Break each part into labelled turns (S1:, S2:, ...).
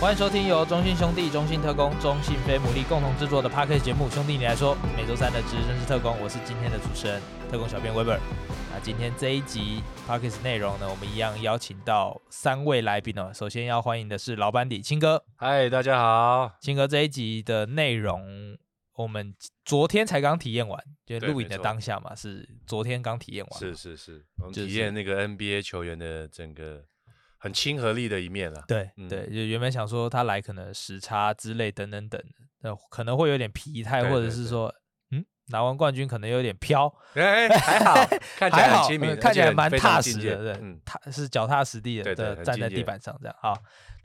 S1: 欢迎收听由中信兄弟、中信特工、中信非牟利共同制作的 p a r k a s 节目《兄弟你来说》，每周三的值日生是特工，我是今天的主持人特工小编 Weber。那今天这一集 p a r k a s 内容呢，我们一样邀请到三位来宾哦。首先要欢迎的是老班底青哥，
S2: 嗨，大家好。
S1: 青哥这一集的内容，我们昨天才刚体验完，就是
S2: 对
S1: 录影的
S2: 没错
S1: 当下嘛，是昨天刚体验完，
S2: 是是是，我们
S1: 就是
S2: 体验那个 NBA 球员的整个很亲和力的一面啦。
S1: 对、
S2: 嗯
S1: 对，就原本想说他来可能时差之类等等等的，那可能会有点疲态，
S2: 对
S1: 或者
S2: 对
S1: 是
S2: 对
S1: 说，嗯，拿完冠军可能有点飘，
S2: 哎，还好，看起
S1: 还
S2: 来
S1: 好，
S2: 很亲民
S1: 呃，看起
S2: 而
S1: 来
S2: 且
S1: 蛮
S2: 非常
S1: 踏
S2: 亲
S1: 实
S2: 切
S1: 的，对
S2: 嗯，，
S1: 踏是脚踏实地的，
S2: 对对
S1: 的
S2: 很
S1: 站
S2: 敬
S1: 在地
S2: 业
S1: 板上这样。好，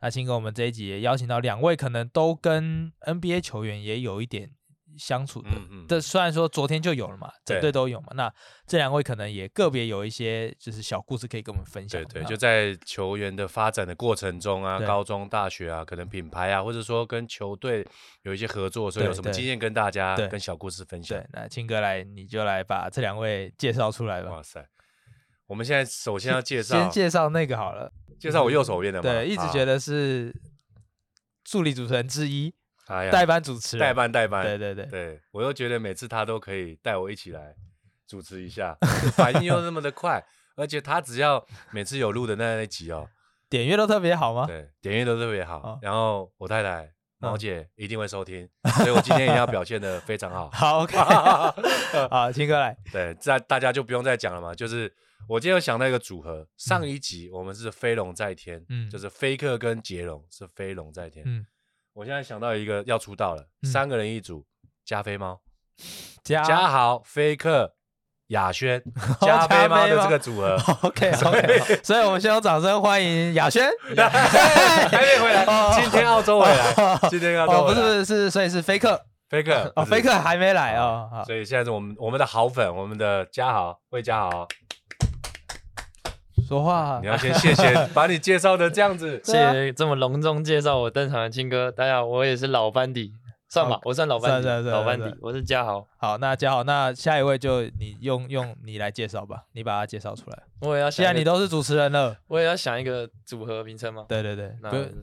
S1: 那青哥，我们这一集也邀请到两位，可能都跟 NBA 球员也有一点相处的
S2: 嗯嗯
S1: 这虽然说昨天就有了嘛，整
S2: 对
S1: 队都有嘛，那这两位可能也个别有一些就是小故事可以跟我们分享
S2: 对
S1: 的。
S2: 对，
S1: 那
S2: 就在球员的发展的过程中啊，
S1: 嗯对
S2: 高中、大学啊，可能品牌啊，或者说跟球队有一些合作，所以
S1: 对
S2: 有什么
S1: 对
S2: 经验跟大家、
S1: 对
S2: 跟小故事分享
S1: 对。，那青哥来，你就来把这两位介绍出来吧。
S2: 哇塞，我们现在首先要哦介
S1: 先
S2: 绍
S1: 介绍那个好了，
S2: 介绍我右手边的嘛，啊
S1: 对，一直觉
S2: 得
S1: 得是助理主持人之一，
S2: 哎呀
S1: 代班主持人，
S2: 代，班代班，
S1: 对对对，
S2: 对我又觉得每次他都可以带我一起来主持 一下，反应又那么的快，而且他只要每次有录的那一集哦，
S1: 点阅都特别好吗？
S2: 对，点阅都特别好。
S1: 哦
S2: 然后我太太毛
S1: 啊嗯。
S2: 姐一定会收听，所以我今天也要表现的非常好
S1: 好，OK，好，青哥来，
S2: 对，这大家就不用再讲了嘛。就是我今天有想到一个组合，上一集我们是飞龙在天，
S1: 嗯
S2: 就是菲克跟杰龙是飞龙在天。
S1: 嗯
S2: 我现在想到一个要出道了，
S1: 嗯
S2: 三个人一组，加菲猫。
S1: 加。
S2: 嘉豪、菲克、雅轩、加菲猫的这个组合
S1: ，OK OK，所以我们先用掌声欢迎雅轩，
S2: 还没回来
S1: 哦，
S2: 今天澳洲回来，今天澳
S1: 哦，
S2: 洲
S1: 不
S2: 回
S1: 是不
S2: 来
S1: 是是，所以是菲克，
S2: 菲克
S1: 哦，菲克还没来哦，
S2: 啊，
S1: 好
S2: 所以现在是我们我们的好粉，我们的嘉豪魏嘉豪，
S1: 说话
S2: 你，要先谢谢把你介绍的这样子，
S3: 谢
S1: 对啊
S3: 谢这么隆重介绍我登场的青哥，大家好，我也是老班底，算吧
S1: 好，
S3: 我算老班底，
S1: 算算算
S3: 老班
S1: 算
S3: 底，我是嘉豪，
S1: 好，那嘉豪，那下一位就你用用你来介绍吧，你把他介绍出来，
S3: 我也要
S1: 既
S3: 想
S1: 然
S3: 一
S1: 你
S3: 个，
S1: 都是主持人了，
S3: 我也要想一个组合名称嘛，
S1: 对对对，
S3: 那
S1: 不是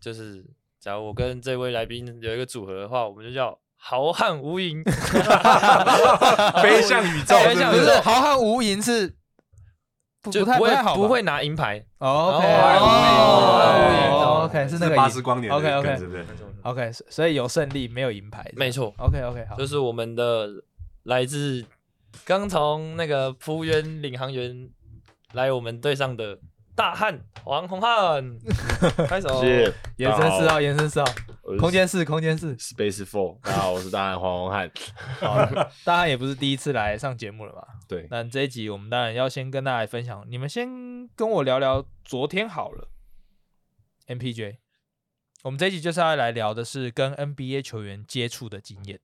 S3: 就是假如我跟这位来宾有一个组合的话，我们就叫豪汉 无垠，
S2: 飞向宇宙，
S3: 哎
S2: 是
S3: 像
S2: 不
S1: 不
S2: 是
S3: 宇宙
S1: 是豪汉无垠是不
S3: 就
S1: 不太
S3: 不
S1: 太好
S3: 会
S1: 吧，
S3: 不会拿银牌。
S1: 哦，OK，
S3: 哦
S1: 哦，OK，是那个
S2: 八
S1: 意
S2: 十
S1: 思
S2: 光年的
S1: OK，OK
S2: 梗是不是？
S1: OK，所所以有胜利没有银牌，
S3: 没错，
S1: ，OK OK，好，
S3: 就是我们的来自刚从那个服务员领航员来我们队上的大汉黄宏汉，开手。
S4: 谢谢，
S1: 延伸四号，延伸四号，
S4: 我是
S1: 空间四，空间四，
S4: Space Four，大家好，我是大汉黄宏汉。
S1: 好， 大家也不是第一次来上节目了嘛，
S4: 对，
S1: 那这一集我们当然要先跟大家分享，你们先跟我聊聊昨天好了。MPJ，我们这一集就是要来聊的是跟 NBA 球员接触的经验。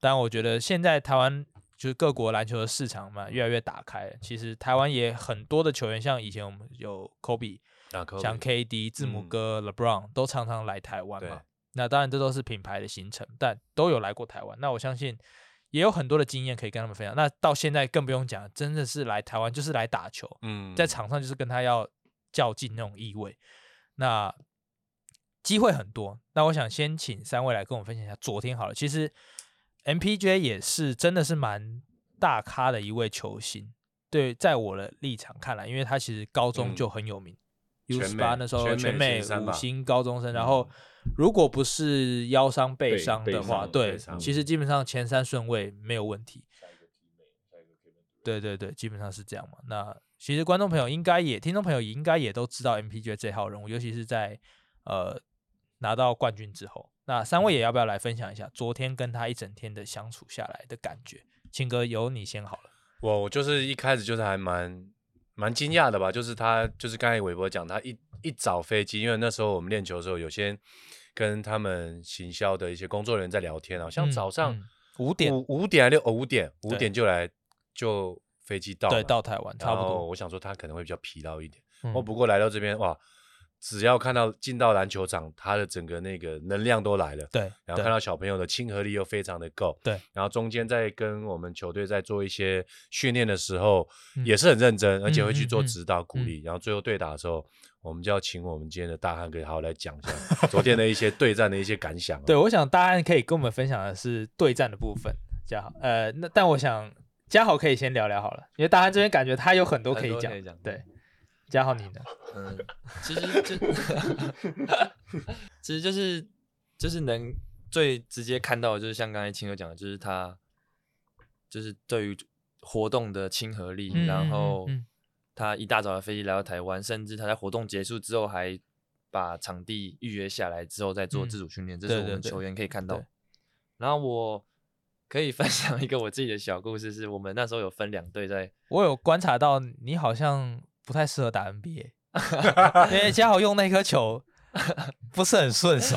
S1: 但我觉得现在台湾就是各国篮球的市场嘛，越来越打开了。其实台湾也很多的球员，像以前我们有 Kobe，
S2: 啊，Kobe
S1: 像 KD、字母
S2: 嗯
S1: 哥、LeBron 都常常来台湾
S2: 对
S1: 嘛。那当然这都是品牌的形成，但都有来过台湾。那我相信也有很多的经验可以跟他们分享。那到现在更不用讲，真的是来台湾就是来打球，
S2: 嗯
S1: 在场上就是跟他要较劲那种意味。那机会很多，那我想先请三位来跟我分享一下昨天好了。其实 MPJ 也是真的是蛮大咖的一位球星，对，在我的立场看来，因为他其实高中
S2: 嗯
S1: 就很有名。U
S2: 全
S1: 十
S2: 美
S1: 八那时候
S2: 全
S1: 全
S2: 美
S1: 美
S2: 前三
S1: 五
S2: 吧嗯
S1: 星高中生，然后如果不是腰伤背
S4: 被
S1: 伤
S4: 被
S1: 的话，
S4: 伤
S1: 对
S4: 被，伤
S1: 其实基本上前三顺位没有问题。对对对，基本上是这样嘛。那其实观众朋友应该也，听众朋友应该也都知道 MPJ 这号人物，尤其是在呃拿到冠军之后。那三位也要不要来分享一下昨天跟他一整天的相处下来的感觉？青哥，由你先好了。
S2: 我我就是一开始就是还蛮蛮惊讶的吧，就是他就是刚才韦伯讲，他一一早飞机，因为那时候我们练球的时候，有些跟他们行销的一些工作人员在聊天啊，好像
S1: 嗯
S2: 早上
S1: 嗯五点
S2: 五五点还六哦五点五
S1: 对
S2: 点就来就飞机到嘛，
S1: 对到台湾差
S2: 然
S1: 不
S2: 后
S1: 多，
S2: 我想说他可能会比较疲劳一点，
S1: 嗯
S2: 哦不过来到这边哇，只要看到进到篮球场，他的整个那个能量都来了。
S1: 对，
S2: 然后
S1: 对
S2: 看到小朋友的亲和力又非常的够，
S1: 对，
S2: 然后中间在跟我们球队在做一些训练的时候，
S1: 嗯
S2: 也是很认真，而且会去
S1: 嗯
S2: 做
S1: 嗯
S2: 指导鼓励，然后最后对打的时候，我们就要请我们今天的大汉给好好来讲一下昨天的一 些对战的一些感想、哦。
S1: 对，我想大安可以跟我们分享的是对战的部分，嘉豪。呃，那但我想嘉豪可以先聊聊好了，因为大安这边感觉他有很多可以
S3: 很多
S1: 讲
S3: 可以讲。
S1: 对，嘉豪你呢？
S3: 嗯，其实就 其实就是就是能最直接看到，的就是像刚才青哥讲的，就是他就是对于活动的亲和力，
S1: 嗯嗯嗯
S3: 然后
S1: 嗯
S3: 他一大早的飞机来到台湾，甚至他在活动结束之后还把场地预约下来之后再做
S1: 嗯
S3: 自主训练，这
S1: 对
S3: 是我
S1: 对
S3: 们
S1: 对
S3: 球员可以看到
S1: 对。
S3: 然后我可以分享一个我自己的小故事，是我们那时候有分两队在
S1: 我有观察到你好像不太适合打 NBA，因为嘉豪用那颗球不是很顺手。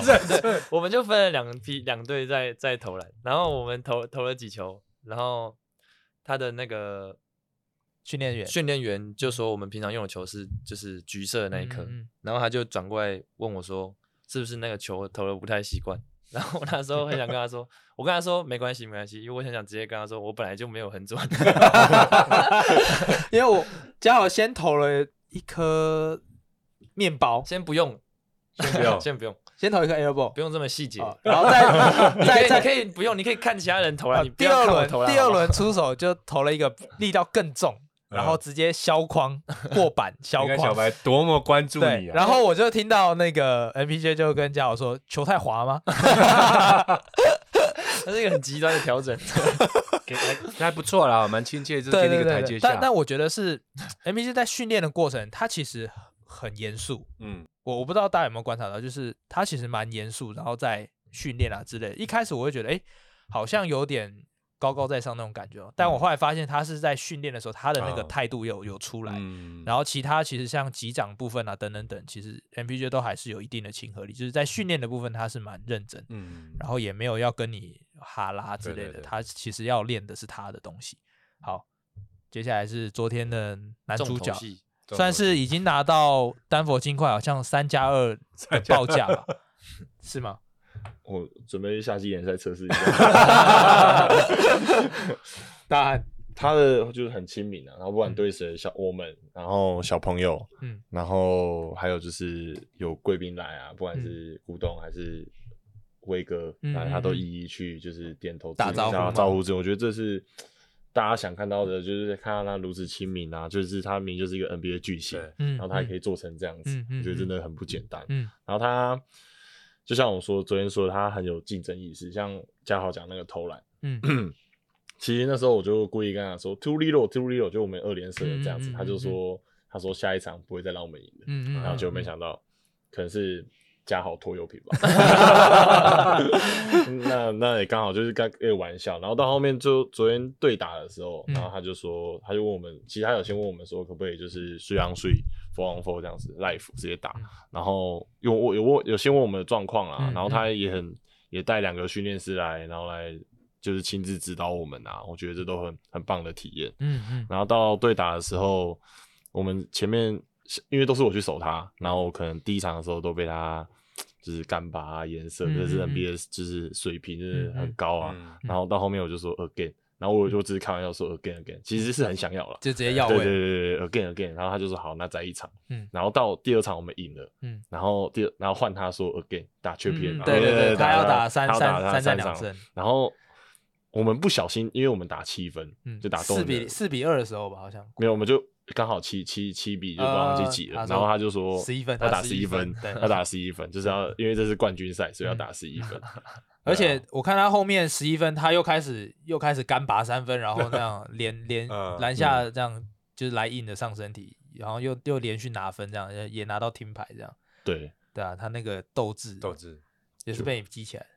S3: 我们就分了两批两队在在投篮，然后我们投投了几球，然后他的那个
S1: 训练员
S3: 训练员就说我们平常用的球是就是橘色的那一颗，
S1: 嗯嗯嗯
S3: 然后他就转过来问我说是不是那个球投的不太习惯， 然后我那时候很想跟他说，我跟他说没关系没关系，因为我很想直接跟他说我本来就没有很 准，
S1: 因为我嘉豪先投了一颗面包，
S3: 先不用，
S2: 先不用
S3: 先不用，
S1: 先投一颗 elbow，
S3: 不用这么细节。
S1: 哦然 后再再
S3: 你可以
S1: 再
S3: 你可以不用，你可以看其他人投
S1: 啊
S3: 篮，你不
S1: 第
S3: 要
S1: 二
S3: 看我
S1: 轮
S3: 投篮。
S1: 第二
S3: 好不好
S1: 轮出手就投了一个力道更重，然后直接削框过板削
S2: 你看小
S1: 框。
S2: 白多么关注
S1: 对
S2: 你，啊！
S1: 然后我就听到那个 MPJ 就跟嘉豪说：“球太滑吗？”
S3: 它是一个很极端的调整。
S2: 给还还不错啦，蛮亲切，就是
S1: 对
S2: 给
S1: 对
S2: 你个台
S1: 对
S2: 阶
S1: 对，
S2: 下。
S1: 但但我觉得是 MPJ 在训练的过程，他其实很严肃。
S2: 嗯，
S1: 我我不知道大家有没有观察到，就是他其实蛮严肃，然后在训练啊之类的。一开始我会觉得，哎，好像有点高高在上那种感觉哦。但我后来发现，他是在训练的时候，他的那个
S2: 啊
S1: 态度有有出来。
S2: 嗯
S1: 然后其他其实像击掌部分啊等等等，其实 MPJ 都还是有一定的亲和力，就是在训练的部分他是蛮认真，
S2: 嗯
S1: 然后也没有要跟你哈拉之
S2: 对
S1: 类
S2: 对
S1: 的，
S2: 对
S1: 他其实要练的是他的东西。好，接下来是昨天的男
S3: 重
S1: 主
S3: 头
S1: 角，
S3: 戏
S1: 算
S2: 嗯
S1: 是已经拿到丹佛金块好像三加二的报价吧，是吗？
S4: 我准备去夏季联赛测试一下。
S1: 大汉，
S4: 他的就是很亲民啊，然后不管对谁，小我们，然后小朋友，
S1: 嗯
S4: 嗯，然后还有就是有贵宾来啊，不管是古董还是威哥，
S1: 嗯
S4: 然后他都一一去就是点头致
S1: 打
S4: 意
S1: 招呼
S4: 然后
S1: 嘛
S4: 招呼之，我觉得这是。大家想看到的，就是看到他如此亲民啊，就是他明明就是一个 NBA 巨星，
S2: 对
S1: 嗯，
S4: 然后他也可
S1: 以，
S4: 以做成这样子，
S1: 嗯嗯
S4: 我觉得真
S1: 嗯
S4: 的很不简单。
S1: 嗯
S4: 然后他就像我说昨天说的，他很有竞争意识，像嘉豪讲那个投篮，
S1: 嗯，
S4: 其实那时候我就故意跟他说 two little two little，就我们二连胜的这样
S1: 嗯
S4: 子，
S1: 嗯嗯
S4: 他就说他说下一场不会再让我们赢的，
S1: 嗯嗯，
S4: 然后结果没想到可能是。嘉豪拖油瓶 吧，那那也刚好就是开个玩笑，然后到后面就昨天对打的时候，
S1: 嗯
S4: 然后他就说，他就问我们，其实他有先问我们说可不可以就是睡昂睡 four on four 这样子 life 直接打，
S1: 嗯
S4: 然后有我有问有先问我们的状况啦，
S1: 嗯
S4: 然后他也很也带两个训练师来，然后来就是亲自指导我们啊，我觉得这都很很棒的体验。
S1: 嗯嗯
S4: 然后到对打的时候，我们前面因为都是我去守他，然后我可能第一场的时候都被他就是干拔啊、颜色，
S1: 嗯
S4: 这是
S1: 嗯嗯
S4: NBA 就是水平就是很高啊。
S2: 嗯
S4: 然后到后面我就说 again，然后我
S1: 嗯
S4: 就只是开玩笑说 again again，其实是很想要了。
S1: 就直接要
S4: 对对
S1: 位，
S4: 对对对，again again，然后他就说好，那再一场，
S1: 哦嗯
S4: 然后到第二场我们赢了，
S1: 嗯
S4: 然后第二然后换他说 again 打缺片
S1: 嗯，
S4: 嘛，
S1: 对对对，他要打三
S4: 他要打
S1: 三三
S4: 他
S1: 战
S4: 三
S1: 两
S4: 场
S1: 胜，
S4: 然后我们不小心，因为我们打七分，
S1: 嗯，
S4: 就打动
S1: 四比
S4: 了
S1: 四比二的时候吧，好像
S4: 没有，我们就刚好七七七比，就忘记几了。
S1: 呃他说
S4: 然后他就说
S1: 11分
S4: 要打
S1: 他
S4: 十一
S1: 11分
S4: 分，
S1: 对嗯
S4: 要打十一分，就是要因为这是冠军赛，所以要打十一分。
S1: 而且我看他后面十一分，他又开始又开始干拔三分，然后那 样连连
S2: 嗯
S1: 篮下这样就是来硬的上身体，然后又又连续拿分，这样也也拿到听牌，这样
S4: 对，
S1: 对啊，他那个斗志
S2: 斗志，
S1: 也是被你激起 来的。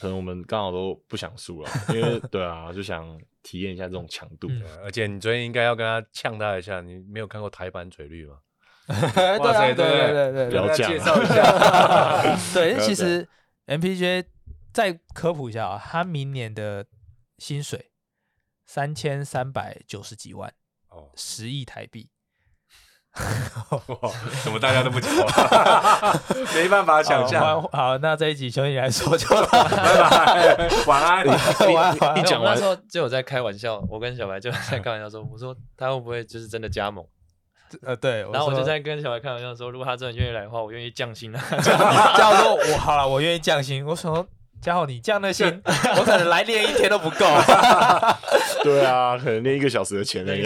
S4: 可能我们刚好都不想输了，因为对啊，就想体验一下这种强度。
S1: 嗯
S2: 对而且你昨天应该要跟他呛他一下，你没有看过台版嘴绿吗？
S1: 对
S2: 哇
S1: 啊，
S2: 塞
S1: 对对对对
S4: 不
S1: 对
S4: 要
S2: 跟他
S4: 讲
S2: 介
S4: 啊
S2: 绍一 下。
S1: 对，因
S4: 不
S1: 为
S4: 要
S1: 其
S4: 这
S1: 实 MPJ 再科普一下啊，他明年的薪水三千三百九十几万，
S2: 哦，
S1: 十亿台币。
S2: 哇，怎么大家都不讲话？ 哦没办法想象。
S1: 好，好那这一集兄弟来 说就到
S2: 拜拜，晚安。
S3: 没有
S4: 一讲
S3: 我那
S4: 完
S3: 时候就有在开玩笑，我跟小白就在开玩笑说，我说他会不会就是真的加盟？
S1: 呃，对，
S3: 然后我
S1: 说
S3: 就在跟小白开玩笑说，如果他真的愿意来的话，我愿意降薪啊。
S1: 家豪说，我好了，我愿意降薪。我想说，家豪你降的薪， 我可能来练一天都不够。
S4: 对啊，可能练一个 小时的钱而 已。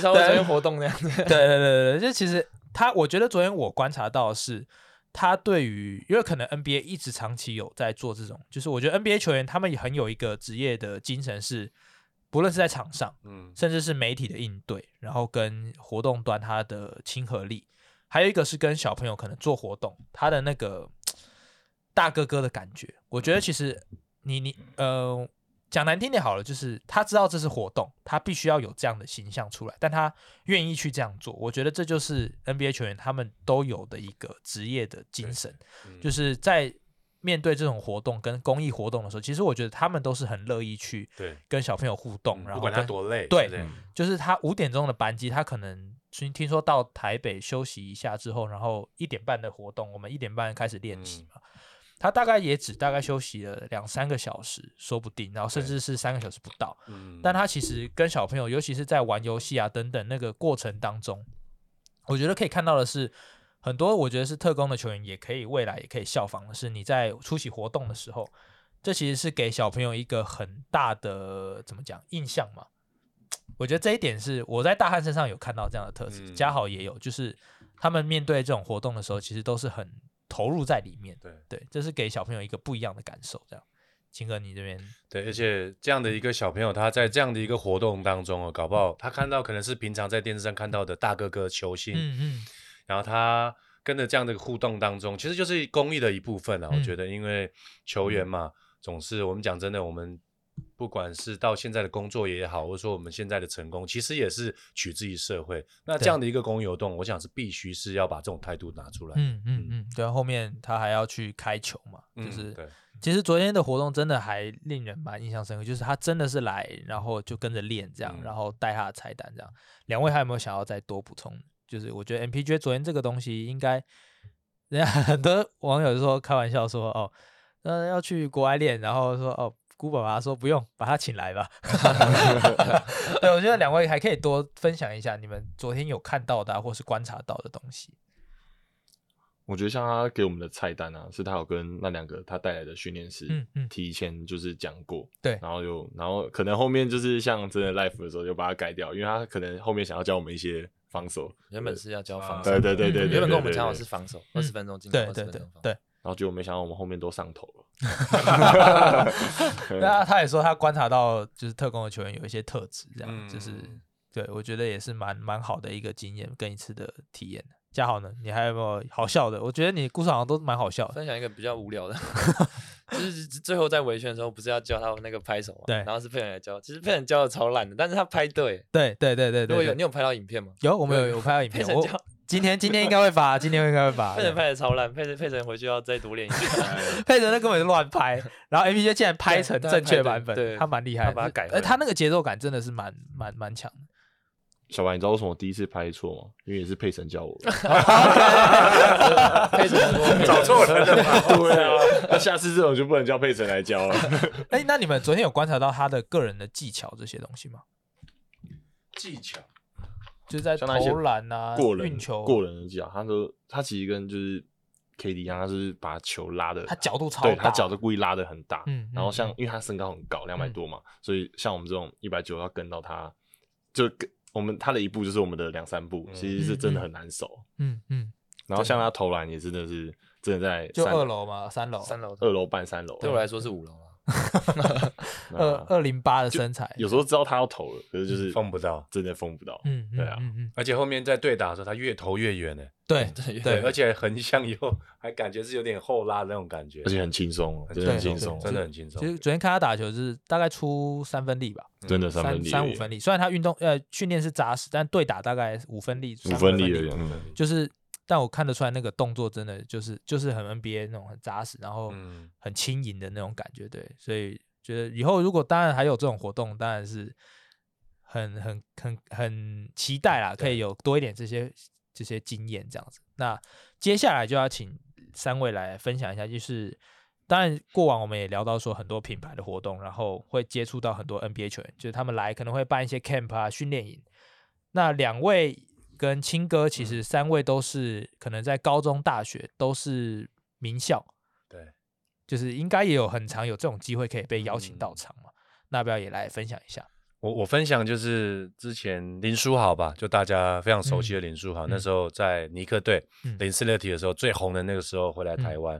S3: 稍微昨天活动那样子，
S1: 对对对对，就其实他，我觉得昨天我观察到的是，他对于因为可能 NBA 一直长期有在做这种，就是我觉得 NBA 球员他们也很有一个职业的精神是，不论是在场上，
S2: 嗯，
S1: 甚至是媒体的应对，然后跟活动端它的亲和力，还有一个是跟小朋友可能做活动，他的那个大哥哥的感觉，我觉得其实你你呃讲难听点好了，就是他知道这是活动，他必须要有这样的形象出来，但他愿意去这样做，我觉得这就是 NBA 球员他们都有的一个职业的精神，
S2: 嗯
S1: 就是在。面对这种活动跟公益活动的时候，其实我觉得他们都是很乐意去
S2: 对，
S1: 跟小朋友互动，然
S2: 嗯不
S1: 后
S2: 管他
S1: 跟
S2: 多累，
S1: 对
S2: 不
S1: 就是他五点钟的班机，他可能听听说到台北休息一下之后，然后一点半的活动，我们一点半开始练习嘛。他大概也只大概休息了两三个小时，说不定，然后甚
S2: 对
S1: 至是三个小时不到。
S2: 嗯，
S1: 但他其实跟小朋友，尤其是在玩游戏啊等等那个过程当中，我觉得可以看到的是，很多我觉得是特工的球员也可以未来也可以效仿的是，你在出席活动的时候，这其实是给小朋友一个很大的怎么讲印象嘛。我觉得这一点是我在大汉身上有看到这样的特质，
S2: 嗯
S1: 嘉豪也有，就是他们面对这种活动的时候，其实都是很投入在里面。
S2: 对
S1: 对，这是给小朋友一个不一样的感受。这样，秦哥你这边
S2: 对，而且这样的一个小朋友，他在这样的一个活动当中哦，搞不好他看到可能是平常在电视上看到的大哥哥球星，
S1: 嗯嗯，
S2: 然后他跟着这样的互动当中，其实就是公益的一部分啊。我
S1: 嗯
S2: 觉得，因为球员嘛，总是我们讲真的，我们不管是到现在的工作也好，或者说我们现在的成功，其实也是取之于社会。那这
S1: 对
S2: 样的一个公益活动，我想是必须是要把这种态度拿出来。
S1: 嗯嗯嗯，对，后面他还要去开球嘛，就
S2: 嗯
S1: 是、
S2: 对，
S1: 其实昨天的活动真的还令人蛮印象深刻，就是他真的是来，然后就跟着练这样，
S2: 嗯
S1: 然后带他的菜单这样。两位还有没有想要再多补充？就是我觉得 MPG 昨天这个东西应该，人家 很多网友说开玩笑说哦，那要去国外练，然后说哦。姑爸爸说不用，把他请 来吧。对，我觉得两位还可以多分享一下你们昨天有看到的、啊、或是观察到的东西。
S4: 我觉得像他给我们的菜单啊，是他有跟那两个他带来的训练师，
S1: 嗯嗯
S4: 提前就是讲过，
S1: 对
S4: 然后有，然后可能后面就是像真的 life 的时候就把它改掉，因为他可能后面想要教我们一些防守，
S3: 原本是要教防守，
S4: 对对对对对
S1: 嗯
S4: 对
S3: 原本跟我们
S4: 对
S3: 讲好
S4: 对
S3: 是防守，
S1: 嗯
S3: 二十分钟进攻，
S1: 对
S3: 二
S1: 对
S3: 十分
S1: 对
S3: 钟防守。
S1: 对，
S4: 然后结果没想到我们后面都上头 了，
S1: 那他也说他观察到，就是特工的球员有一些特质，这样、
S2: 嗯
S1: 就是对我觉得也是蛮蛮好的一个经验跟一次的体验。嘉豪呢，你还有没有好笑的？我觉得你故事好像都蛮好笑的。
S3: 分享一个比较无聊的， 就是最后在围圈的时候，不是要教他们那个拍手嘛？
S1: 对
S3: 然后是佩恩来教，其实佩恩教的超烂的，但是他拍对。
S1: 对对对对
S3: 如果
S1: 对
S3: 有
S1: 对，
S3: 你有拍到影片吗？
S1: 有我们有有拍到影
S3: 佩
S1: 片，
S3: 晨
S1: 我
S3: 教
S1: 今天今天应该会发，今天应该会 发。
S3: 佩
S1: 对
S3: 晨拍的超烂，佩晨佩晨回去要再多练一 下。
S1: 佩德那根本就乱拍，然后 M P J 竟然拍成
S3: 对
S1: 正确
S3: 他拍
S1: 版本，
S3: 对对
S1: 他蛮厉害的，
S3: 他把它改回来
S1: 而他那个节奏感真的是蛮蛮蛮强的。
S4: 小白，你知道为什么我第一次拍错吗？因为也是佩神教我的。
S3: 佩晨 说
S2: 找错人了吧？
S4: 对啊，那下次这种就不能叫佩神来教了。
S1: 哎，那你们昨天有观察到他的个人的技巧这些东西吗？
S2: 技巧，
S1: 就是在
S4: 像那些
S1: 投篮 啊、
S4: 过人
S1: 运球、
S4: 过人的技巧，他说他其实跟就是 KD 一样，他就是把球拉的，
S1: 他角度超大，
S4: 对他脚都故意拉的很大。
S1: 嗯
S4: 然后像
S1: 嗯
S4: 因为他身高很高，两百多嘛，所以像我们这种一百九要跟到他，就跟我们他的一步就是我们的两三步，
S2: 嗯
S4: 其实是真的很难守。
S1: 嗯嗯，
S4: 然后像他投篮也真的是真的在
S1: 就
S4: 三
S1: 二楼嘛，三楼，
S3: 三楼，
S4: 二楼半三楼，
S3: 对我来说是五楼啊。
S1: 二
S4: 那
S1: 二零八的身材，
S4: 啊有时候知道他要投了，可是就是
S2: 嗯封不到
S4: 真的封不到。
S1: 嗯，嗯
S4: 对啊
S1: 嗯嗯，
S2: 而且后面在对打的时候，他越投越远呢。
S1: 对
S3: 对
S1: 对
S2: 而且横向以后还感觉是有点后拉的那种感觉，
S4: 而且很轻松，哦真
S2: 真的
S4: 的
S2: 很
S1: 对
S4: 很轻
S2: 轻松，，
S4: 松
S2: 真的很轻松嗯
S1: 其。实昨天看他打球是大概出三分力吧，
S4: 真的三
S1: 三
S4: 分力
S1: 三五分力，虽然他运动呃训练是扎实，但对打大概五分力，
S4: 五
S1: 三
S4: 分力
S1: 力
S4: 而已，嗯，
S1: 就是。但我看得出来，那个动作真的就是就是很 NBA 那种很扎实，然后
S2: 嗯
S1: 很轻盈的那种感觉，对，所以觉得以后如果当然还有这种活动，当然是很很很很期待啦，可以有多一点这些这些经验这样子。那接下来就要请三位来分享一下，就是当然过往我们也聊到说很多品牌的活动，然后会接触到很多 NBA 球员，就是他们来可能会办一些 camp 啊训练营。那两位跟青哥，
S2: 嗯
S1: 其实三位都是可能在高中、大学都是名校，
S2: 对，
S1: 就是应该也有很常有这种机会可以被邀请
S2: 嗯
S1: 到场嘛。那要不要也来分享一下？
S2: 我我分享就是之前林书豪吧，就大家非常熟悉的林书豪，
S1: 嗯
S2: 那时候在尼克队
S1: 嗯
S2: 零四六体的时候最红的那个时候回来台湾，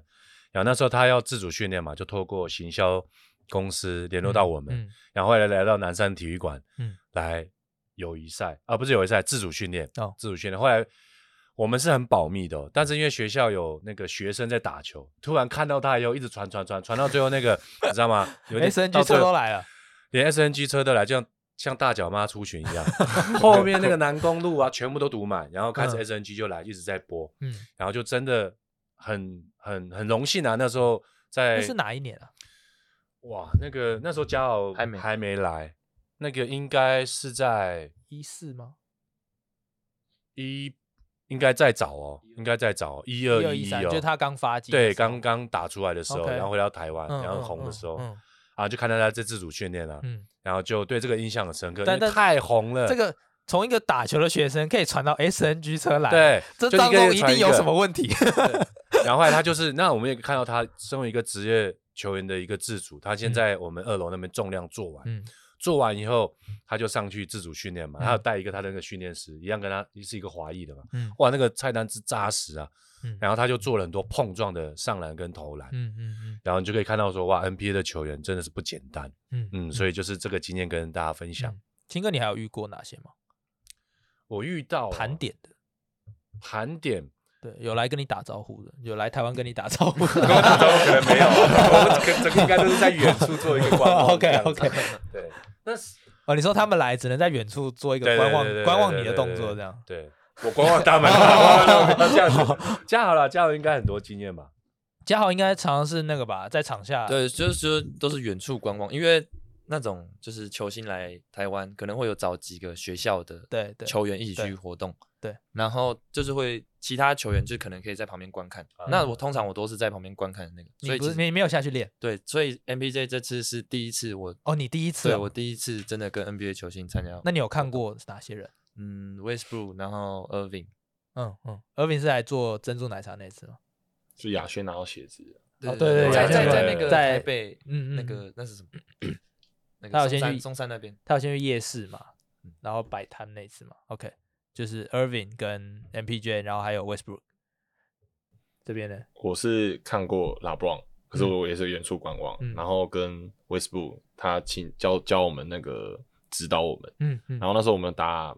S2: 然后那时候他要自主训练嘛，就透过行销公司联络到我们，
S1: 嗯
S2: 然后后来来到南山体育馆，
S1: 嗯
S2: 来友谊赛啊，不是友谊赛，自主训练，
S1: 哦嗯
S2: 自主训练。后来我们是很保密的哦、但是因为学校有那个学生在打球，突然看到他以后一直传传传传到最后那个，你知道吗？有点
S1: SNG
S2: 到最
S1: 车
S2: 后
S1: 都来了，
S2: 连 SNG 车都来，就像像大脚妈出巡一 样，后面那个南公路啊，全部都堵满，然后开始
S1: 嗯
S2: SNG 就来，一直在播，
S1: 嗯，
S2: 然后就真的很很很荣幸啊，那时候在
S1: 那是哪一年啊？
S2: 哇，那个那时候嘉豪
S3: 还没
S2: 还没来，那个应该是在
S1: 一四吗？
S2: 一，应该再早哦，应该再早一二
S1: 二
S2: 一
S1: 三，
S2: 哦，
S1: 就是他刚发迹的时候，
S2: 对刚刚打出来的时候，
S1: OK
S2: 然后回到台湾，
S1: 嗯
S2: 然后
S1: 嗯
S2: 红的
S1: 嗯
S2: 时候，
S1: 嗯
S2: 啊，就看到他在自主训练啊，
S1: 嗯，
S2: 然后就对这个印象很深刻，
S1: 但
S2: 因为
S1: 但
S2: 太红了，
S1: 这个从一个打球的学生可以传到 SNG 车来，，
S2: 对，
S1: 这
S2: 就
S1: 当
S2: 个
S1: 中
S2: 月
S1: 一
S2: 传
S1: 定有
S2: 个
S1: 什 么问题。
S2: 然后后来他就是，那我们也看到他身为一个职业球员的一个自主，他现在我们二楼那边重量做完，
S1: 嗯
S2: 做完以后他就上去自主训练嘛，
S1: 嗯
S2: 他有带一个他的那个训练师，一样跟他是一个华裔的嘛，
S1: 嗯
S2: 哇，那个菜单之扎实啊，
S1: 嗯
S2: 然后他就做了很多碰撞的上篮跟投篮，
S1: 嗯嗯
S2: 然后你就可以看到说，哇，NBA 的球员真的是不简单，
S1: 嗯
S2: 嗯，所以就是这个经验跟大家分享。
S1: 嗯青哥，你还有遇过哪些吗？
S2: 我遇到啊
S1: 盘点的，
S2: 盘点，
S1: 对，有来跟你打招呼的，有来台湾跟你打招呼
S2: 跟我打招
S1: 的。
S2: 呼可能没有，我们可整个应该都是在远处做一个观望
S1: OK，
S2: 这样子
S1: OK
S2: 对，那是。
S1: 哦，你说他们来只能在远处做一个
S2: 对
S1: 观望
S2: 对对对
S1: 观望
S2: 对
S1: 你的
S2: 对
S1: 动
S2: 对
S1: 作，这样。
S2: 对我观望大门，不要 这样子，这样好了，这样应该很多经验吧？
S1: 嘉豪应该常常是那个吧，在场下
S3: 对，就是就是都是远处观望，因为那种就是球星来台湾，可能会有找几个学校的
S1: 对对
S3: 球员一起
S1: 对
S3: 去活动，
S1: 对
S3: 然后就是会其他球员就可能可以在旁边观看。那我通常我都是在旁边观看的那个，所
S1: 啊你
S3: 以
S1: 不
S3: 其
S1: 是
S3: 实
S1: 你没有下去练
S3: 对，所以 NBJ 这次是第一次我，
S1: 哦，你第一次
S3: 对
S1: 哦，
S3: 我第一次真的跟 NBA 球星参加。
S1: 那你有看过哪些人？
S3: 嗯，Westbrook，然后 Irving，
S1: 嗯嗯，俄平是来做珍珠奶茶那次吗？
S4: 就亚轩拿到鞋子，
S1: 哦对对
S3: 在
S2: 对
S3: 在
S2: 对
S3: 在
S2: 对
S3: 那个
S1: 在
S3: 台北
S1: 嗯嗯
S3: 那
S1: 嗯
S3: 个那是 什么？那
S1: 他有
S3: 个
S1: 先
S3: 中
S1: 去
S3: 山中山那边，嗯
S1: 他有先去夜市嘛，然后摆摊那次嘛。OK，就是 Irving 跟 MPJ，然后还有 Westbrook 这边呢。
S4: 我是看过拉布朗，可是我也是远处观望，
S1: 嗯
S4: 然后跟 Westbrook 他请教教我们那个指导我们，
S1: 嗯嗯
S4: 然后那时候我们打，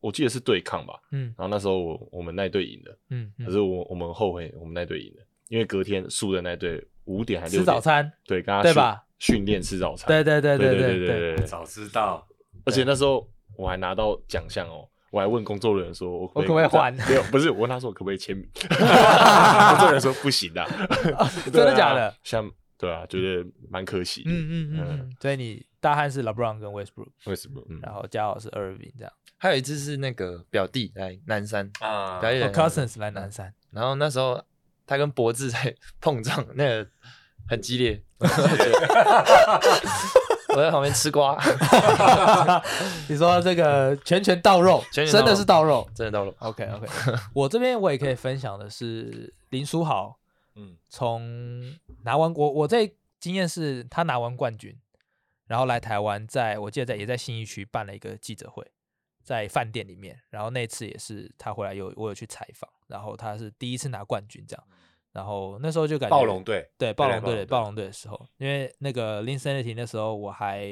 S4: 我记得是对抗吧，
S1: 嗯
S4: 然后那时候我我们那队赢了，
S1: 嗯
S4: 可
S1: 嗯，
S4: 是我我们后悔我们那队赢了，因为隔天输的那队五点还六
S1: 吃
S4: 点
S1: 早，餐。
S4: 对，跟他
S1: 对
S4: 训
S1: 吧？
S4: 训练吃早餐，
S1: 对对对
S4: 对对
S1: 对
S4: 对对对，
S2: 早知道，
S4: 而且那时候我还拿到奖项哦。我还问工作人员说：“我可
S1: 我可不可以换
S4: 没有，不是，我问他说我可不可以 签名。工作人员说：“不行啊。”
S1: 真的假的？？
S4: 像对啊，觉得蛮可惜。嗯，
S1: 嗯嗯嗯嗯。所以你大汉是 LeBron 跟 Westbrook，
S4: 为什么？嗯，
S1: 然后嘉豪是 Irving 这样。
S3: 还有一次是那个表弟来南山，
S2: 啊
S3: 表弟来
S1: 哦
S3: 南山
S1: Cousins 来南山，
S3: 然后那时候他跟博智在 碰撞，那个很激烈。 我在旁边吃瓜，
S1: 你说这个拳拳到肉，
S3: 拳拳到
S1: 真
S3: 肉
S1: 的是到肉。
S3: 真的到了。
S1: OK OK，我这边我也可以分享的是林书豪，
S2: 嗯，
S1: 从拿完我我这经验是他拿完冠军，然后来台湾在，我记得在也在信义区办了一个记者会，在饭店里面，然后那次也是他回来有我有去采访，然后他是第一次拿冠军这样，然后那时候就感觉
S2: 暴龙队，
S1: 对暴龙队
S2: 暴龙队
S1: 的暴龙队的时候，因为那个 l i n s a n i t y 那时候我还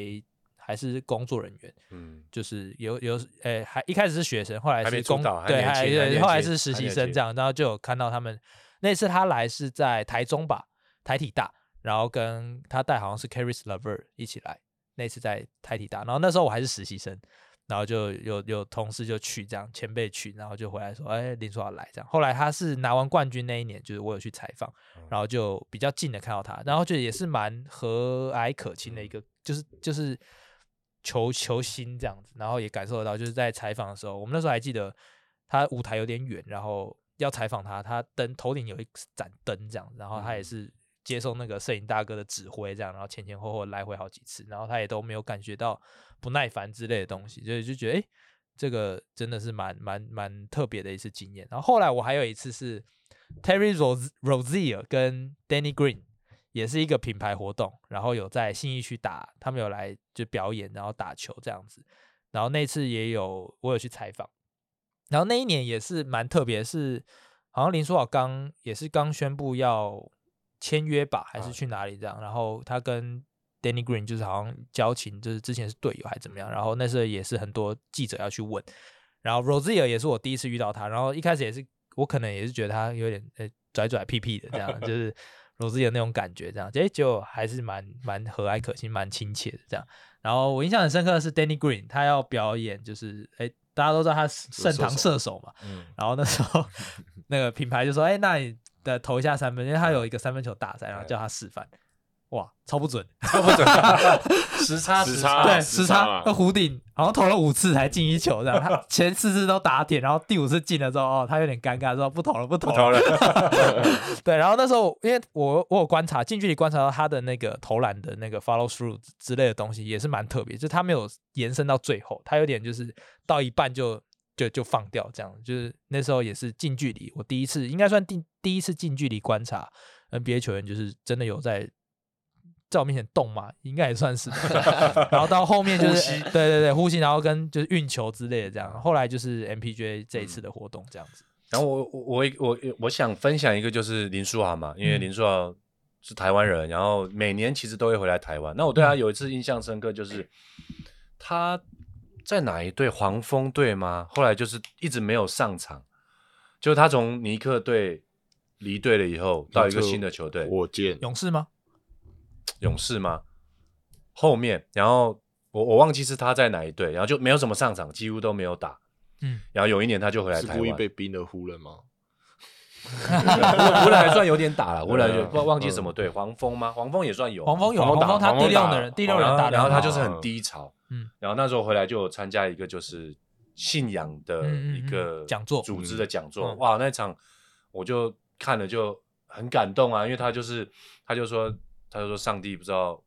S1: 还是工作人员，
S2: 嗯，
S1: 就是有有诶、还一开始是学生，后来
S2: 还没
S1: 是
S2: 出
S1: 工
S2: 道还
S1: 对，
S2: 年
S1: 还
S2: 轻还
S1: 对
S2: 年
S1: 后来
S2: 轻
S1: 是实
S2: 还
S1: 习
S2: 年
S1: 生
S2: 轻
S1: 这样，然后就有看到他们那次他来是在台中吧，台体大，然后跟他带好像是 Caris Lover 一起来，那次在台体大，然后那时候我还是实习生，然后就有有同事就去这样，前辈去，然后就回来说，哎，林书豪来这样。后来他是拿完冠军那一年，就是我有去采访，然后就比较近的看到他，然后就也是蛮和蔼可亲的一个，就是就是球球星这样子，然后也感受得到，就是在采访的时候，我们那时候还记得他舞台有点远，然后要采访他，他灯头顶有一盏灯这样子，然后他也是接受那个摄影大哥的指挥这样，然后前前后后来回好几次，然后他也都没有感觉到不耐烦之类的东西，所以就觉得诶，这个真的是蛮蛮蛮特别的一次经验。然后后来我还有一次是 Terry Rose Rozier 跟 Danny Green。也是一个品牌活动，然后有在信义区打，他们有来就表演，然后打球这样子。然后那次也有我有去采访，然后那一年也是蛮特别，是好像林书豪刚也是刚宣布要签约吧，还是去哪里这样。然后他跟 Danny Green 就是好像交情，就是之前是队友还是怎么样。然后那时候也是很多记者要去问，然后 Rosier 也是我第一次遇到他，然后一开始也是我可能也是觉得他有点呃拽拽屁屁的这 样，就是罗志有那种感觉这样，哎，结果还是蛮蛮和蔼可亲，蛮亲切的这样。然后我印象很深刻的是 Danny Green，他要表演就是哎，大家都知道他是盛唐射手嘛，
S4: 嗯，
S1: 然后那时候那个品牌就说，哎，那你的投一下三分，因为他有一个三分球大赛，然后叫他示范，哇，超不准，
S2: 不准，时差
S4: 时差
S1: 对，
S4: 啊
S1: 时
S4: 时
S1: 差
S4: 差
S1: 那弧顶好像投了五次才进一球，这样他前四次都打点，然后第五次进了之后，哦，他有点尴尬，说不投了，不投
S2: 不投了。
S1: 对，然后那时候因为我我有观察近距离观察到他的那个投篮的那个 follow through 之类的东西，也是蛮特别，就是他没有延伸到最后，他有点就是到一半就就就放掉这样，就是那时候也是近距离，我第一次应该算第第一次近距离观察 NBA 球员，就是真的有在。在我面前动嘛，应该也算 是。然后到后面就是，
S2: 呼吸
S1: 对对对，呼吸，然后跟就是运球之类的这样。后来就是 MPJ 这一次的活动这样子。
S2: 然后我我我我我想分享一个就是林书豪嘛，因为
S1: 嗯
S2: 林书豪是台湾人，然后每年其实都会回来台湾。那我
S4: 嗯
S2: 对他有一次印象深刻，就是他在哪一队黄蜂队吗？后来就是一直没有上场，就是他从尼克队离队了以后，到一个新的球队，
S4: 我见
S1: 勇士吗？
S2: 勇士吗？后面，然后我我忘记是他在哪一队，然后就没有什么上场，几乎都没有打。
S1: 嗯，
S2: 然后有一年他就回来
S4: 是
S2: 台
S4: 故意
S2: 湾，
S4: 被冰的湖人吗？
S2: 湖湖人还算有点打了，湖人
S4: 对
S2: 就
S4: 啊
S2: 忘忘记什么队，黄蜂吗？黄蜂也算有，
S1: 黄蜂有
S4: 黄蜂
S1: 黄
S4: 打
S1: 蜂，他
S4: 黄
S1: 第
S4: 蜂
S1: 六
S4: 打
S1: 的人，啊第六
S2: 然
S1: 人
S2: 后
S1: 打得
S2: 然后
S1: 很
S2: 他
S1: 好
S2: 就是
S4: 好
S2: 很低潮，
S1: 嗯
S2: 然后那时候回来就有参加一个就是信仰的
S1: 嗯嗯
S2: 一
S1: 嗯
S2: 个
S1: 讲座
S2: 组织的讲座，
S1: 嗯
S2: 哇，那场我就看了就很感动啊，因为他就是他就说他就说上帝不知道。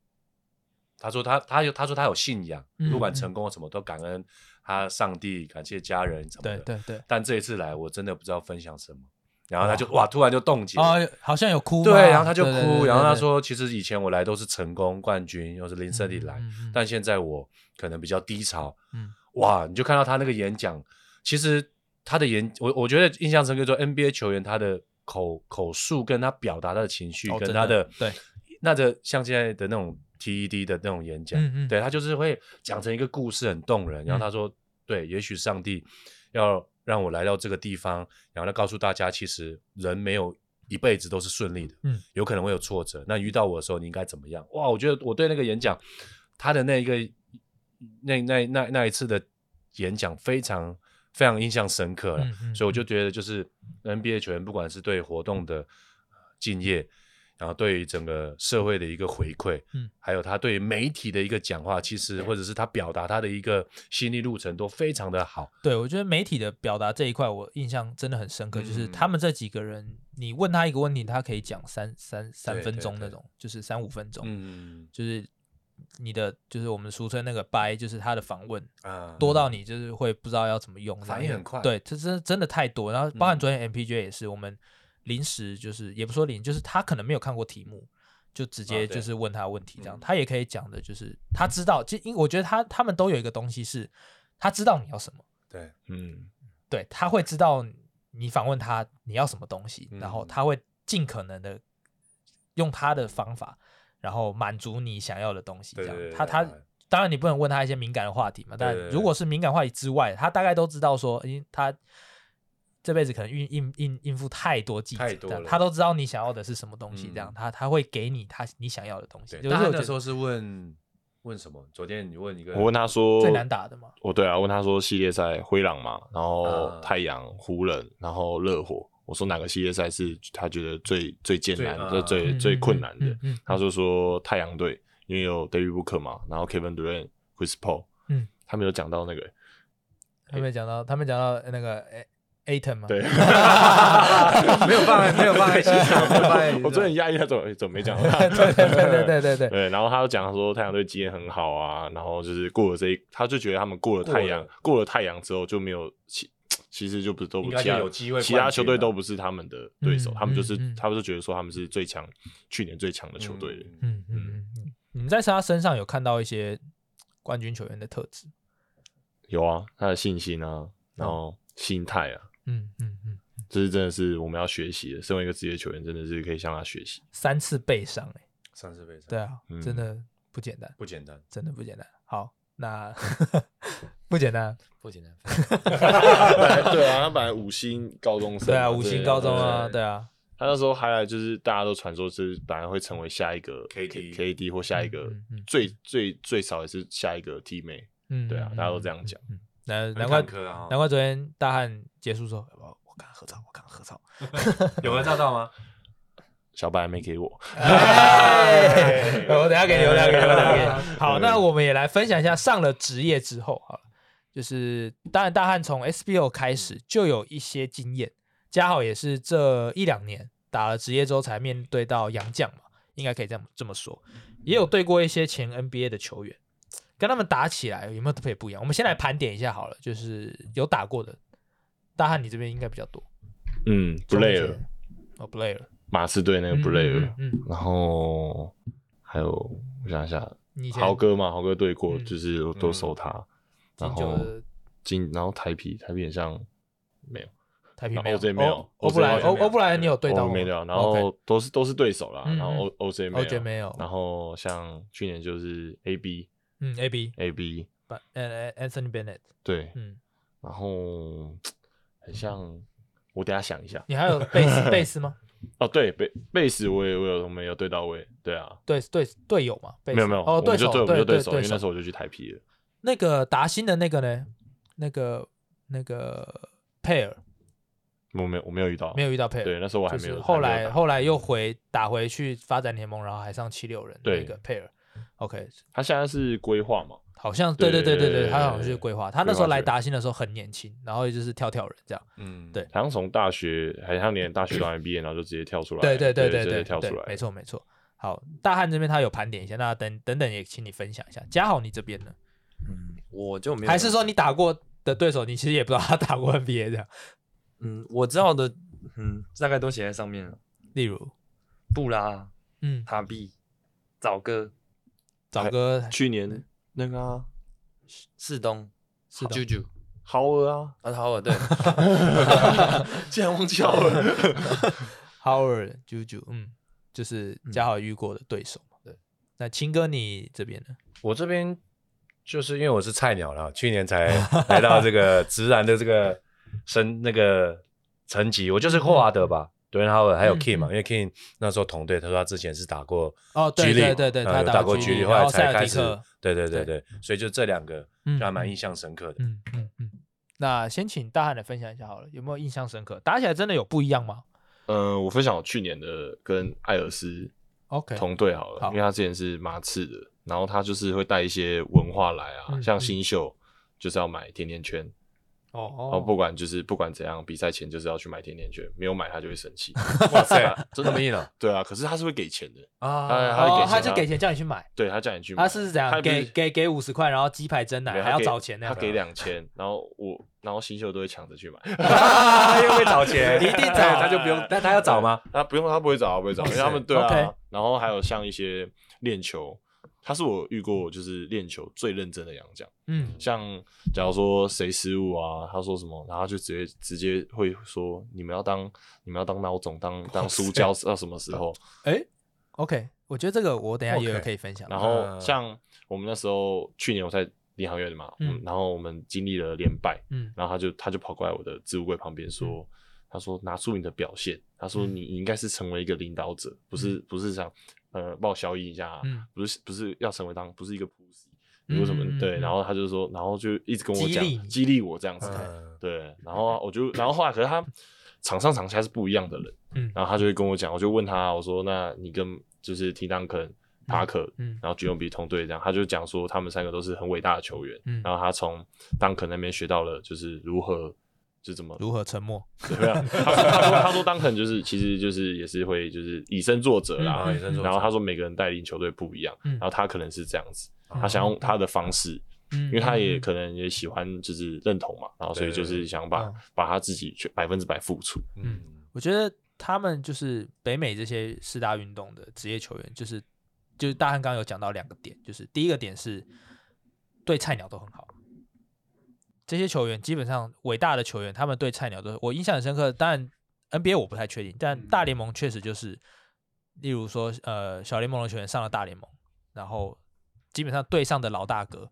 S2: 他说他他有他说他有信仰，
S1: 嗯
S2: 不管
S1: 嗯
S2: 成功什么都感恩他上帝，感谢家人什么
S1: 对
S2: 的。
S1: 对对，
S2: 但这一次来，我真的不知道分享什么。然后他就哇，突然就冻结了，
S1: 哦，好像有哭嘛，
S2: 对，然后他就
S1: 对对对
S2: 哭，
S1: 对
S2: 然后他
S1: 对
S2: 说，其实以前我来都是成功冠军，又是林森里来，
S1: 嗯嗯嗯
S2: 但现在我可能比较低潮。
S1: 嗯
S2: 哇，你就看到他那个演讲，其实他的演，我我觉得印象深刻，就 NBA 球员他的口口述跟他表达的情绪，
S1: 哦
S2: 跟
S1: 真
S2: 他
S1: 的
S2: 的
S1: 对，
S2: 那个像现在的那种 TED 的那种演讲，
S1: 嗯嗯嗯
S2: 对他就是会讲成一个故事，很动人。然后他说，对，也许上帝要让我来到这个地方，然后他告诉大家，其实人没有一辈子都是顺利的，
S1: 嗯，
S2: 有可能会有挫折。那遇到我的时候，你应该怎么样？哇，我觉得我对那个演讲，他的那一个那那那那一次的演讲非常非常印象深刻了，
S1: 嗯嗯
S2: 所以我就觉得就是 NBA 球员不管是对活动的呃敬业，然后对于整个社会的一个回馈，
S1: 嗯，
S2: 还有他对媒体的一个讲话，其实或者是他表达他的一个心理路程都非常的好，
S1: 对，我觉得媒体的表达这一块，我印象真的很深刻，就是
S2: 嗯
S1: 他们这几个人，你问他一个问题，他可以讲三三三
S2: 对
S1: 分
S2: 对
S1: 钟那
S2: 对
S1: 种，就是三五分钟，
S2: 嗯
S1: 就是你的就是我们俗称那个掰，就是他的访问，
S2: 啊
S1: 多到你就是会不知道要怎么用，
S2: 反应很快
S1: 对，这真真的太多。然后包含
S2: 嗯
S1: 昨天 MPJ 也是，我们临时就是也不说临，就是他可能没有看过题目，就直接
S2: 啊对
S1: 就是问他问题这样，
S2: 嗯
S1: 他也可以讲的，就是他知道，其实因为我觉得他他们都有一个东西是，他知道你要什么，
S2: 对，
S4: 嗯，
S1: 对他会知道你访问他你要什么东西，然后
S2: 嗯
S1: 他会尽可能的用他的方法，然后满足你想要的东西。这
S2: 对
S1: 样，
S2: 对对
S1: 他他
S2: 当然
S1: 当然你不能问他一些敏感的话题嘛，但
S2: 对对对
S1: 如果是敏感话题之外，他大概都知道说，因为他这辈子可能应应应应付太多记者
S2: 太多
S1: 这样
S2: 了
S1: 他都知道你想要的是什么东西，这样
S2: 嗯
S1: 他他会给你他你想要的东西
S2: 对。。
S1: 有
S2: 但
S1: 时
S2: 他
S1: 候
S2: 那
S1: 觉
S2: 时
S1: 得
S2: 候是问问什么？昨天你问一个，
S4: 我问他说
S1: 最难打的嘛，
S4: 我对啊，问他说系列赛灰狼嘛，然后
S2: 啊
S4: 太阳、湖人，然后热火，我说哪个系列赛是他觉得最最艰难
S2: 最
S4: 的、最
S1: 嗯
S4: 最
S1: 嗯
S4: 困
S1: 嗯
S4: 难的
S1: 嗯？嗯
S4: 他就说太阳队，因为有 David Booker 嘛，然后 Kevin Durant， Chris Paul，
S1: 嗯，
S4: 他们有讲到那个，
S1: 他们有讲到，他们讲到那个 A Aton 嘛，
S4: 对，
S2: 没有放在，没有放在心上， 没有放在心上
S4: 我真的很压抑，他怎么哎怎么没讲到他？
S1: 对对对对对对对，
S4: 对，然后他又讲说太阳队经验很好啊，然后就是过了这一，他就觉得他们过了太阳，过了太阳之后就没有其其实就不都不
S2: 应
S4: 其
S2: 该就
S4: 他
S2: 有机会
S4: 其
S2: 冠
S4: 他
S2: 军
S4: 球队
S2: 啊
S4: 都不是他们的对手，
S1: 嗯
S4: 他们就是、
S1: 嗯嗯
S4: 他们就觉得说他们是最强去年最强的球队。
S2: 嗯
S1: 嗯嗯嗯，你们在他身上有看到一些冠军球员的特质？
S4: 有啊，他的信心啊，然后心态啊，
S1: 嗯嗯嗯，
S4: 这是真的是我们要学习的。身为一个职业球员，真的是可以向他学 习。
S1: 三次背伤哎，
S2: 三十倍上，
S1: 对啊，
S4: 嗯
S1: 真的不简单，
S2: 不简单。
S1: 真的不简单。好， 那不简单，啊
S3: 不简单。
S4: 对啊，他本来五星高中生，
S1: 对啊，五星高中啊，
S4: 对
S1: 对啊，
S4: 他那时候还来就是大家都传说是本来会成为下一个
S2: KD
S4: K D 或下一个
S1: 嗯嗯嗯
S4: 最最最少也是下一个 T 妹，
S1: 嗯，
S4: 对啊
S1: 嗯
S4: 大家都这样讲。
S1: 嗯嗯难
S2: 很
S1: 难怪
S2: 坎坷啊
S1: 难怪昨天大汉结束之后，要不要我跟他合照，我跟他合照。
S2: 有人照到吗？
S4: 小白还没给我，
S1: 哎，我等下给你，我等下给你，我等下给你。好，
S4: 嗯
S1: 那我们也来分享一下上了职业之后，好了，就是当然大汉从 SBO 开始就有一些经验，嘉豪也是这一两年打了职业之后才面对到洋将嘛，应该可以这么这么说，也有对过一些前 NBA 的球员，跟他们打起来有没有特别不一样？我们先来盘点一下好了，就是有打过的，大汉你这边应该比较多，
S4: 嗯，布雷
S1: 中
S4: 尔
S1: 间，哦，布雷尔，
S4: 马刺队那个布雷尔，
S1: 嗯嗯嗯
S4: 然后还有我想一下，
S1: 你以前
S4: 豪哥嘛，豪哥对过
S1: 嗯
S4: 就是我都收他，然
S1: 金九
S4: 后
S1: 的
S4: 金，然后台皮台皮很像没有，
S1: 太平
S4: 然后 OJ 没有哦
S1: 欧欧布莱
S4: OJ
S1: 欧
S2: 没有
S1: 欧布莱，你有对到
S4: 哦
S1: 吗
S4: 没掉，然
S1: OK
S4: 后都是都是对手啦，
S1: 嗯
S4: 然后 O O J 没
S1: OJ
S4: 有，
S1: 没有
S4: 然后像去年就是 A B
S1: 嗯 A B
S4: A B
S1: 把呃 Anthony Bennett
S4: 对，
S1: 嗯，
S4: 然后很像，我等一下想一下。
S1: 你还有贝 斯贝斯吗？
S4: 哦，对，贝贝斯我也我有我们有对到位，对啊，
S1: 对对队友嘛，贝斯
S4: 没有没有，
S1: 哦
S4: 我
S1: 对
S4: 们
S1: 手
S4: 就对我们
S1: 对
S4: 就
S1: 对
S4: 手，因为那时
S1: 手
S4: 候我就去台皮了。
S1: 那个达新的那个呢，那个那个佩尔
S4: 我没有我没有遇到，
S1: 没有遇到佩尔，
S4: 对，那时候我还
S1: 就
S4: 没
S1: 是
S4: 有。
S1: 后
S4: 还没有
S1: 来
S4: 打
S1: 后来又回打回去发展联盟，然后还上七六人
S4: 对
S1: 那个佩尔，OK，
S4: 他现在是规划嘛，
S1: 好像对对对对
S4: 对
S1: 对，
S4: 对
S1: 他好像是规划，他那时候
S4: 规
S1: 来
S4: 划球员
S1: 达新的时候很年轻，然后就是跳跳人这样。
S2: 嗯，
S1: 对
S4: 好像从大学，好像连大学都还没毕业，然后就直接跳出来，
S1: 对对对对
S4: 对，直
S1: 对，
S4: 接跳
S1: 对
S4: 出来，
S1: 没。错没错。好，大汉这边他有盘点一下，那等等等也请你分享一下。嘉豪你这边呢？
S3: 嗯我就没有，
S1: 嗯还是说你打过的对手，你其实也不知道他打过 NBA 这样？
S3: 嗯，我知道的，嗯，大概都写在上面了。
S1: 例如，
S3: 布拉、
S1: 嗯，
S3: 塔比、早哥、
S1: 找个
S4: 去年
S1: 嗯
S4: 那个啊，
S3: 世东、
S1: 是的
S3: 啾啾、
S4: 豪尔啊，
S3: 啊，好，对，
S4: 竟然忘记豪尔，
S1: Howard、Juju，嗯，就是嘉豪遇过的对手嘛。对，那青哥你这边呢？
S2: 我这边就是因为我是菜鸟啦，去年才来到这 个直男的这个升那个层级，我就是霍华德吧。d w a y n Howard 还有
S1: 嗯
S2: King 嘛，
S1: 嗯
S2: 因为 King 那时候同队，他说他之前是打过
S1: 哦对
S2: G
S1: 对
S2: League，
S1: 对对
S2: 呃
S1: 他
S2: 有
S1: 打
S2: 打
S1: 过
S2: 过
S1: G
S2: G
S1: League，
S2: League，后
S1: 然
S2: 来
S1: 后塞
S2: 才
S1: 尔
S2: 开
S1: 迪
S2: 始
S1: 克，
S2: 对对对
S1: 对
S2: 对，所以就这两个
S1: 嗯
S2: 就还蛮
S1: 嗯
S2: 印象深刻的。
S1: 嗯嗯嗯。那先请大汉来分享一下好了，有没有印象深刻？打起来真的有不一样吗
S4: 嗯，我分享我去年的跟艾尔斯
S1: ？OK，
S4: 同队好了，
S1: 好
S4: 因为他之前是马刺的，然后他就是会带一些文化来啊，
S1: 嗯
S4: 像
S1: 嗯
S4: 新秀就是要买甜甜圈，
S1: 哦
S4: 然后
S1: 哦，
S4: 不管就是不管怎样，比赛前就是要去买甜甜圈，没有买他就会生 气。
S2: 哇 塞，真的么硬了
S4: 对啊，可是他是会给钱的，
S3: 哎
S2: 啊！
S4: 他会给
S1: 哦
S4: 钱，
S1: 他
S4: 啊
S1: 就给钱叫你去买。
S4: 对他叫你去买，
S1: 他啊是怎
S4: 他
S1: 样？
S4: 不是
S1: 给给给五十块，然后鸡排蒸
S4: 没
S1: 奶
S4: 有
S1: 还
S4: 他
S1: 要
S4: 给
S1: 找钱那样
S4: 他。给两千，然后我然后新秀都会抢着去买，
S2: 又会找 钱，
S1: 一定找
S3: 哎
S2: 对他就不用，但他要找吗？
S4: 他不用他不会找，他不会找，因为他们对
S1: OK
S4: 啊，然后还有像一些练球。他是我遇过就是练球最认真的洋将，
S1: 嗯，
S4: 像假如说谁失误啊，他说什么，然后他就直接直接会说你们要当你们要当孬种，当当输教到什么时候？
S1: 哎，OK，我觉得这个我等一下也有
S2: OK
S1: 可以分享的。
S4: 然后
S2: 嗯
S4: 像我们那时候去年我在领航员嘛，
S1: 嗯
S4: 嗯，然后我们经历了连败，
S1: 嗯
S4: 然后他就他就跑过来我的置物柜旁边说，他说拿出你的表现，他说
S1: 嗯
S4: 你你应该是成为一个领导者，不是不是想呃帮我消音一下啊，
S1: 嗯，
S4: 不是不是要成为当不是一个 pussy，
S1: 嗯
S4: 你为什么
S1: 嗯嗯
S4: 对？
S1: 嗯
S4: 然后他就说，然后就一直跟我
S1: 激励
S4: 讲
S1: 你
S4: 激励我这样子，
S2: 嗯
S4: 对，然后啊我就然后后来可是他场上场下是不一样的人，
S1: 嗯
S4: 啊然后他就会跟我讲，我就问他，我说那你跟就是提当肯帕克，
S1: 嗯
S4: 然后举勇比同队这样，他就讲说他们三个都是很伟大的球员，
S1: 嗯
S4: 然后他从当肯那边学到了就是如何就怎么
S1: 如何沉默？
S4: 怎么样，他说他说他说当肯就是其实就是也是会就是以身作则啦，
S2: 啊，也算
S1: 嗯
S2: 说
S4: 然后他说每个人带领球队不一样，
S1: 嗯
S4: 然后他可能是这样子，
S2: 嗯
S4: 他想用他的方式，
S1: 嗯，
S4: 因为他也
S1: 嗯
S4: 可能也喜欢就是认同嘛，然后所以就是想把
S1: 嗯
S4: 把他自己去百分之百付出，
S2: 嗯，
S1: 我觉得他们就是北美这些四大运动的职业球员，就是就是大汉刚刚有讲到两个点，就是第一个点是对菜鸟都很好。这些球员基本上伟大的球员，他们对菜鸟都我印象很深刻。当然 NBA 我不太确定，但大联盟确实就是，例如说呃小联盟的球员上了大联盟，然后基本上队上的老大哥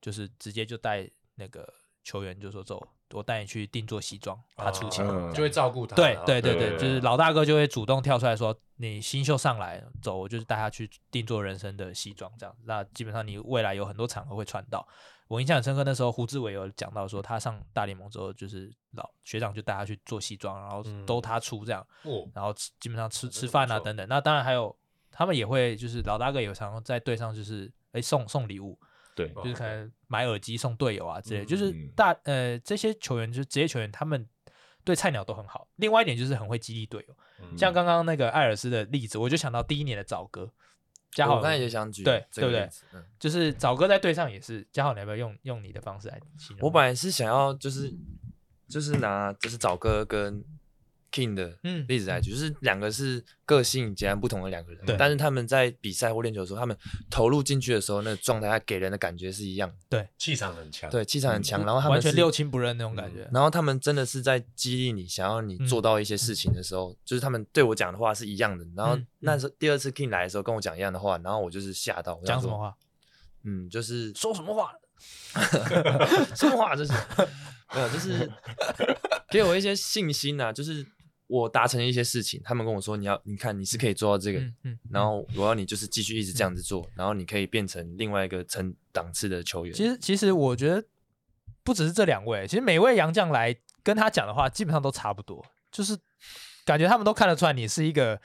S1: 就是直接就带那个球员就说走，我带你去定做西装，他
S3: 哦
S1: 出钱。
S4: 嗯
S2: 就会照顾他
S1: 对
S2: 啦，
S1: 对对
S4: 对
S1: 对，就是老大哥就会主动跳出来说：“你新秀上来走，我就是带他去定做人生的西装这样。”那基本上你未来有很多场合会穿到。我印象很深刻，那时候胡志伟有讲到说，他上大联盟之后，就是老学长就带他去做西装，然后
S2: 嗯
S1: 都他出这样，
S2: 哦
S1: 然后吃基本上吃
S2: 真的
S1: 吃
S2: 不
S1: 饭啊
S2: 错
S1: 等等。那当然还有他们也会就是老大哥也常常在队上就是哎送送礼物，
S4: 对，
S1: 就是可
S2: OK
S1: 能买耳机送队友啊之类的，就是
S4: 嗯
S1: 大呃这些球员就是职业球员，他们对菜鸟都很好。另外一点就是很会激励队友，
S2: 嗯
S1: 像刚刚那个艾尔斯的例子，我就想到第一年的早哥嘉
S3: 我
S1: 豪，
S3: 刚哦才也想举
S1: 对
S3: 这
S1: 对
S3: 个
S1: 不对
S3: 例子？嗯
S1: 就是早哥在队上也是嘉豪，你要不要用用你的方式来形容？
S3: 我本来是想要就是就是拿就是找哥跟 King 的
S1: 嗯
S3: 例子来举，就是两个是个性截然不同的两个人
S1: 对，
S3: 但是他们在比赛或练球的时候，他们投入进去的时候，那个状态他给人的感觉是一样的，
S2: 气场很强，
S3: 对，气场很强，然后他们
S1: 嗯完全
S3: 是嗯
S1: 六亲不认那种感觉，
S3: 然后他们真的是在激励你，想要你做
S1: 嗯
S3: 到一些事情的时候，就是他们对我讲的话是一样的。然后
S1: 嗯
S3: 那时候第二次 King 来的时候跟我讲一样的话，然后我就是吓到。我想
S1: 讲什
S3: 说
S1: 么？话？
S3: 嗯，就是
S1: 说什么 话？
S3: 什么话？这是 没有， 就是给我一些信心啊。就是我达成一些事情，他们跟我说你要，你看你是可以做到这个，
S1: 嗯嗯，
S3: 然后我要你就是继续一直这样子做，然后你可以变成另外一个层档次的球员。
S1: 其实其实我觉得不只是这两位，其实每位洋将来跟他讲的话，基本上都差不多，就是感觉他们都看得出来你是一个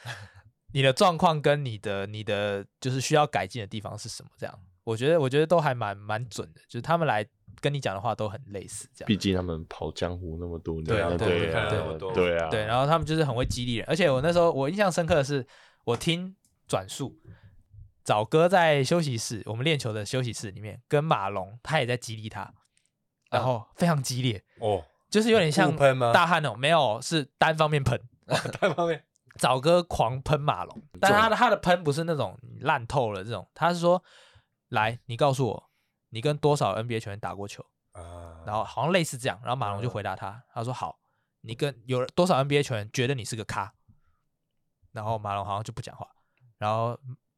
S1: 你的状况跟你的你的就是需要改进的地方是什么。这样，我觉得我觉得都还蛮蛮准的，就是他们来跟你讲的话都很类似这样。
S4: 毕竟他们跑江湖那么多年，
S2: 对啊
S4: 对
S1: 对对
S4: 啊
S2: 对，
S4: 对啊，
S1: 对，然后他们就是很会激励人，而且我那时候我印象深刻的是，我听转述，早哥在休息室，我们练球的休息室里面，跟马龙他也在激励他，然后非常激烈，
S2: 哦，
S1: 就是有点像
S2: 互喷吗
S1: 大汉那种，没有是单方面喷，
S2: 单方面
S1: 早哥狂喷马龙，但他的他的喷不是那种烂透了这种，他是说，来，你告诉我，你跟多少 NBA 球员打过球？
S2: 啊，
S1: 然后好像类似这样，然后马龙就回答他，他说好，你跟有多少 NBA 球员觉得你是个咖？然后马龙好像就不讲话，然后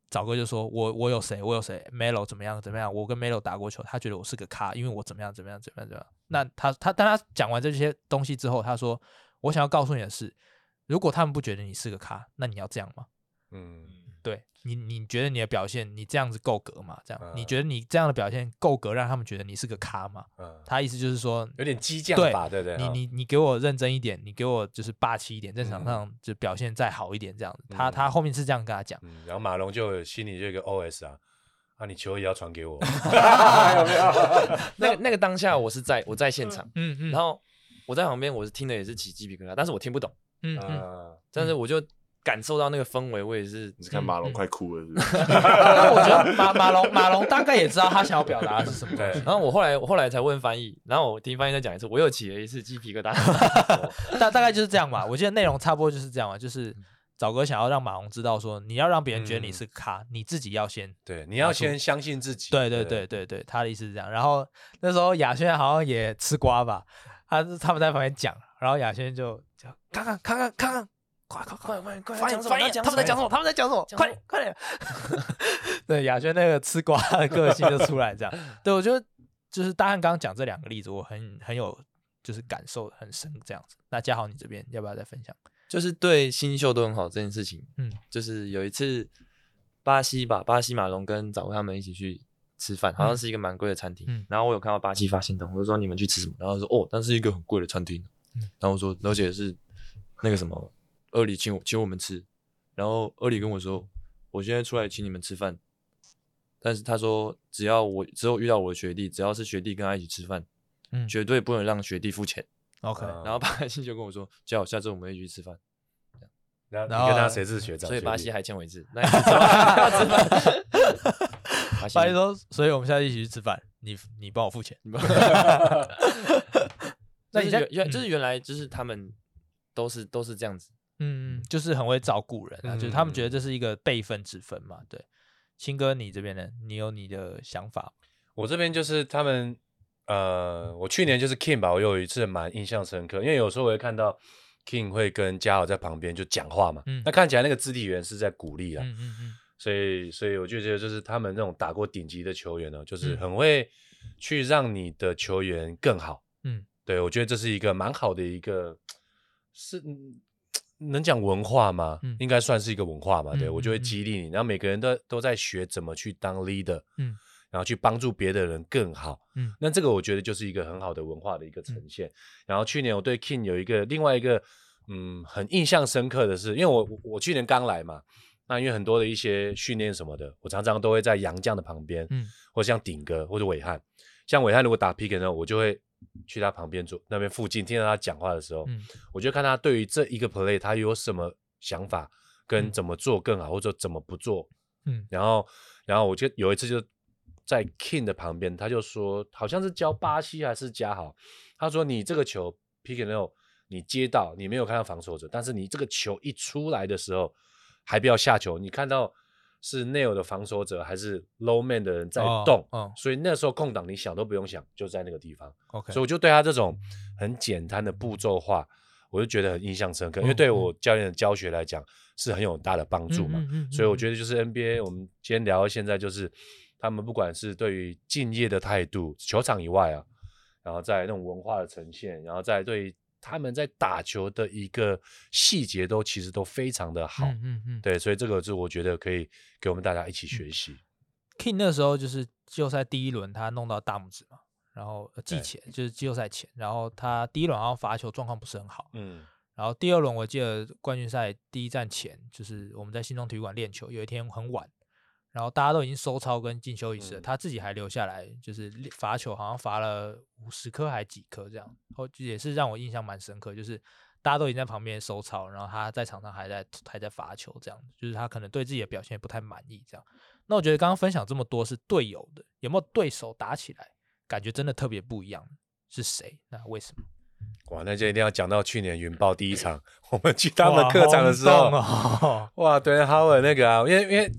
S1: 早哥就说我我有谁我有谁 Melo 怎么样怎么样，我跟 Melo 打过球，他觉得我是个咖，因为我怎么样怎么样怎么样怎么样。那他他当他讲完这些东西之后，他说我想要告诉你的是，如果他们不觉得你是个咖，那你要这样吗？
S2: 嗯，
S1: 对你，你觉得你的表现，你这样子够格吗？这样，你
S2: 嗯
S1: 觉得你这样的表现够格让他们觉得你是个咖吗？
S2: 嗯
S1: 他意思就是说，
S2: 有点激将
S1: 对
S2: 法，对不对？啊
S1: 你
S2: 哈
S1: 你你给我认真一点，你给我就是霸气一点，在场
S2: 嗯
S1: 上就表现再好一点，这样子。他
S2: 嗯
S1: 他后面是这样跟他讲，
S2: 嗯，然后马龙就有心里就有一个 OS 啊，啊，你球也要传给我，
S3: 那个那个当下我是在我在现场，
S1: 嗯嗯，
S3: 然后我在旁边我是听的也是起鸡皮疙瘩，但是我听不懂。
S1: 嗯嗯，
S2: 啊，
S3: 但是我就感受到那个氛围，我也是
S4: 你是看马龙快哭了是不是，
S1: 然后我觉得马马龙马龙大概也知道他想要表达的是什么东西
S2: 对，
S3: 然后我后来我后来才问翻译，然后我听翻译再讲一次，我又起了一次鸡皮 疙瘩。
S1: 大大概就是这样吧。我记得内容差不多就是这样吧，就是早哥想要让马龙知道说，你要让别人觉得你
S2: 嗯
S1: 是咖，你自己要先
S2: 对，你要先相信自己，
S1: 对对对，对对，他的意思是这样。然后那时候亚轩好像也吃瓜吧，他他们在旁边讲，然后亚轩就就看看看看看看，快快快快快翻译翻译，他们在讲什么？他们在讲什么？快点快点！ 对，亚轩那个吃瓜的个性就出来 这样。对我觉得就是大汉刚刚讲这两个例子，我很很有就是感受很深这样子。那嘉豪你这边要不要再分享？
S3: 就是对新秀都很好这件事情，
S1: 嗯
S3: 嗯，就是有一次巴西吧，巴西马龙跟早会他们一起去吃饭，
S4: 嗯
S3: 好像是一个蛮贵的餐厅，
S1: 嗯
S3: 然后我有看到巴西发行动，我就说你们去吃什么，然后他说哦，那是一个很贵的餐厅，
S1: 嗯
S3: 然后我说而且是那个什么二里请我请我们吃，然后二里跟我说我现在出来请你们吃饭，但是他说只要我只有遇到我的学弟，只要是学弟跟他一起吃饭，
S1: 嗯
S3: 绝对不能让学弟付钱。
S1: ，OK，
S2: 嗯
S3: 然后巴西就跟我说，叫我下次我们一起去吃饭，
S2: 然后你
S1: 然后
S2: 跟他谁是学长？
S3: 所以
S2: 学
S3: 巴
S2: 弟
S3: 西还欠我一 次，那一次吃饭巴西
S1: 巴西说，所以我们下次一起去吃饭，你你帮我付钱。那
S3: 就
S1: 你
S3: 是
S1: 在
S3: 原原就
S1: 嗯
S3: 是原来就是他们都是都是这样子，
S1: 嗯，就是很会照顾人啊，就是他们觉得这是一个辈分之分嘛。对，青哥，你这边呢？你有你的想法？
S2: 我这边就是他们，呃，我去年就是 King 吧，我有一次蛮印象深刻，因为有时候我会看到 King 会跟嘉豪在旁边就讲话嘛，
S1: 嗯
S2: 那看起来那个肢体语言是在鼓励啊啦，
S1: 嗯嗯嗯，
S2: 所以所以我就觉得就是他们那种打过顶级的球员呢，哦就是
S1: 嗯
S2: 很会去让你的球员更好，
S1: 嗯，
S2: 对我觉得这是一个蛮好的一个是。嗯能讲文化吗？
S1: 嗯
S2: 应该算是一个文化嘛。对
S1: 嗯
S2: 我就会
S1: 嗯嗯
S2: 激励你，然后每个人都都在学怎么去当 leader，
S1: 嗯，
S2: 然后去帮助别的人更好。
S1: 嗯
S2: 那这个我觉得就是一个很好的文化的一个呈现。然后去年我对 King 有一个另外一个嗯很印象深刻的是，因为我我我去年刚来嘛，那因为很多的一些训练什么的，我常常都会在杨将的旁边，
S1: 嗯，
S2: 或像顶哥或者伟汉，像伟汉如果打 pick 呢，我就会去他旁边坐那边附近听到他讲话的时候，
S1: 嗯
S2: 我就看他对于这一个 play 他有什么想法，跟
S1: 嗯
S2: 怎么做更好，或者怎么不做
S1: 嗯
S2: 然后，然后我就有一次就在 King 的旁边，他就说，好像是教巴西还是加好，他说你这个球 pick and roll，你接到你没有看到防守者，但是你这个球一出来的时候，还不要下球，你看到是 nail 的防守者还是 low man 的人在
S1: 哦
S2: 动，
S1: 哦
S2: 所以那时候空档你想都不用想，就在那个地方。
S1: ，OK，
S2: 所以我就对他这种很简单的步骤化，我就觉得很印象深刻，因为
S1: 嗯
S2: 对
S1: 嗯
S2: 我教练的教学来讲是很有很大的帮助嘛。
S1: 嗯嗯嗯
S2: 所以
S1: 嗯
S2: 我觉得就是 NBA，我们今天聊到现在，就是他们不管是对于敬业的态度，球场以外啊，然后在那种文化的呈现，然后在对于他们在打球的一个细节都其实都非常的好。
S1: 嗯嗯嗯，
S2: 对，所以这个是我觉得可以给我们大家一起学习。
S1: King 那时候就是季后赛第一轮，他弄到大拇指嘛，然后呃季
S2: 对
S1: 前就是季后赛前，然后他第一轮好像罚球状况不是很好，
S2: 嗯
S1: 然后第二轮我记得冠军赛第一站前，就是我们在新庄体育馆练球，有一天很晚，然后大家都已经收操跟进休息室了，
S2: 嗯
S1: 他自己还留下来，就是练罚球好像罚了五十颗还几颗这样，后就也是让我印象蛮深刻，就是大家都已经在旁边收操，然后他在场上还在还在罚球这样，就是他可能对自己的表现也不太满意这样。那我觉得刚刚分享这么多是队友的，有没有对手打起来感觉真的特别不一样？是谁？那为什么？
S2: 哇，那就一定要讲到去年云豹第一场， 我们去他们
S1: 哇
S2: 客场的
S1: 轰
S2: 时候，
S1: 动哦
S2: 哇，对，哈维那个啊，因为因为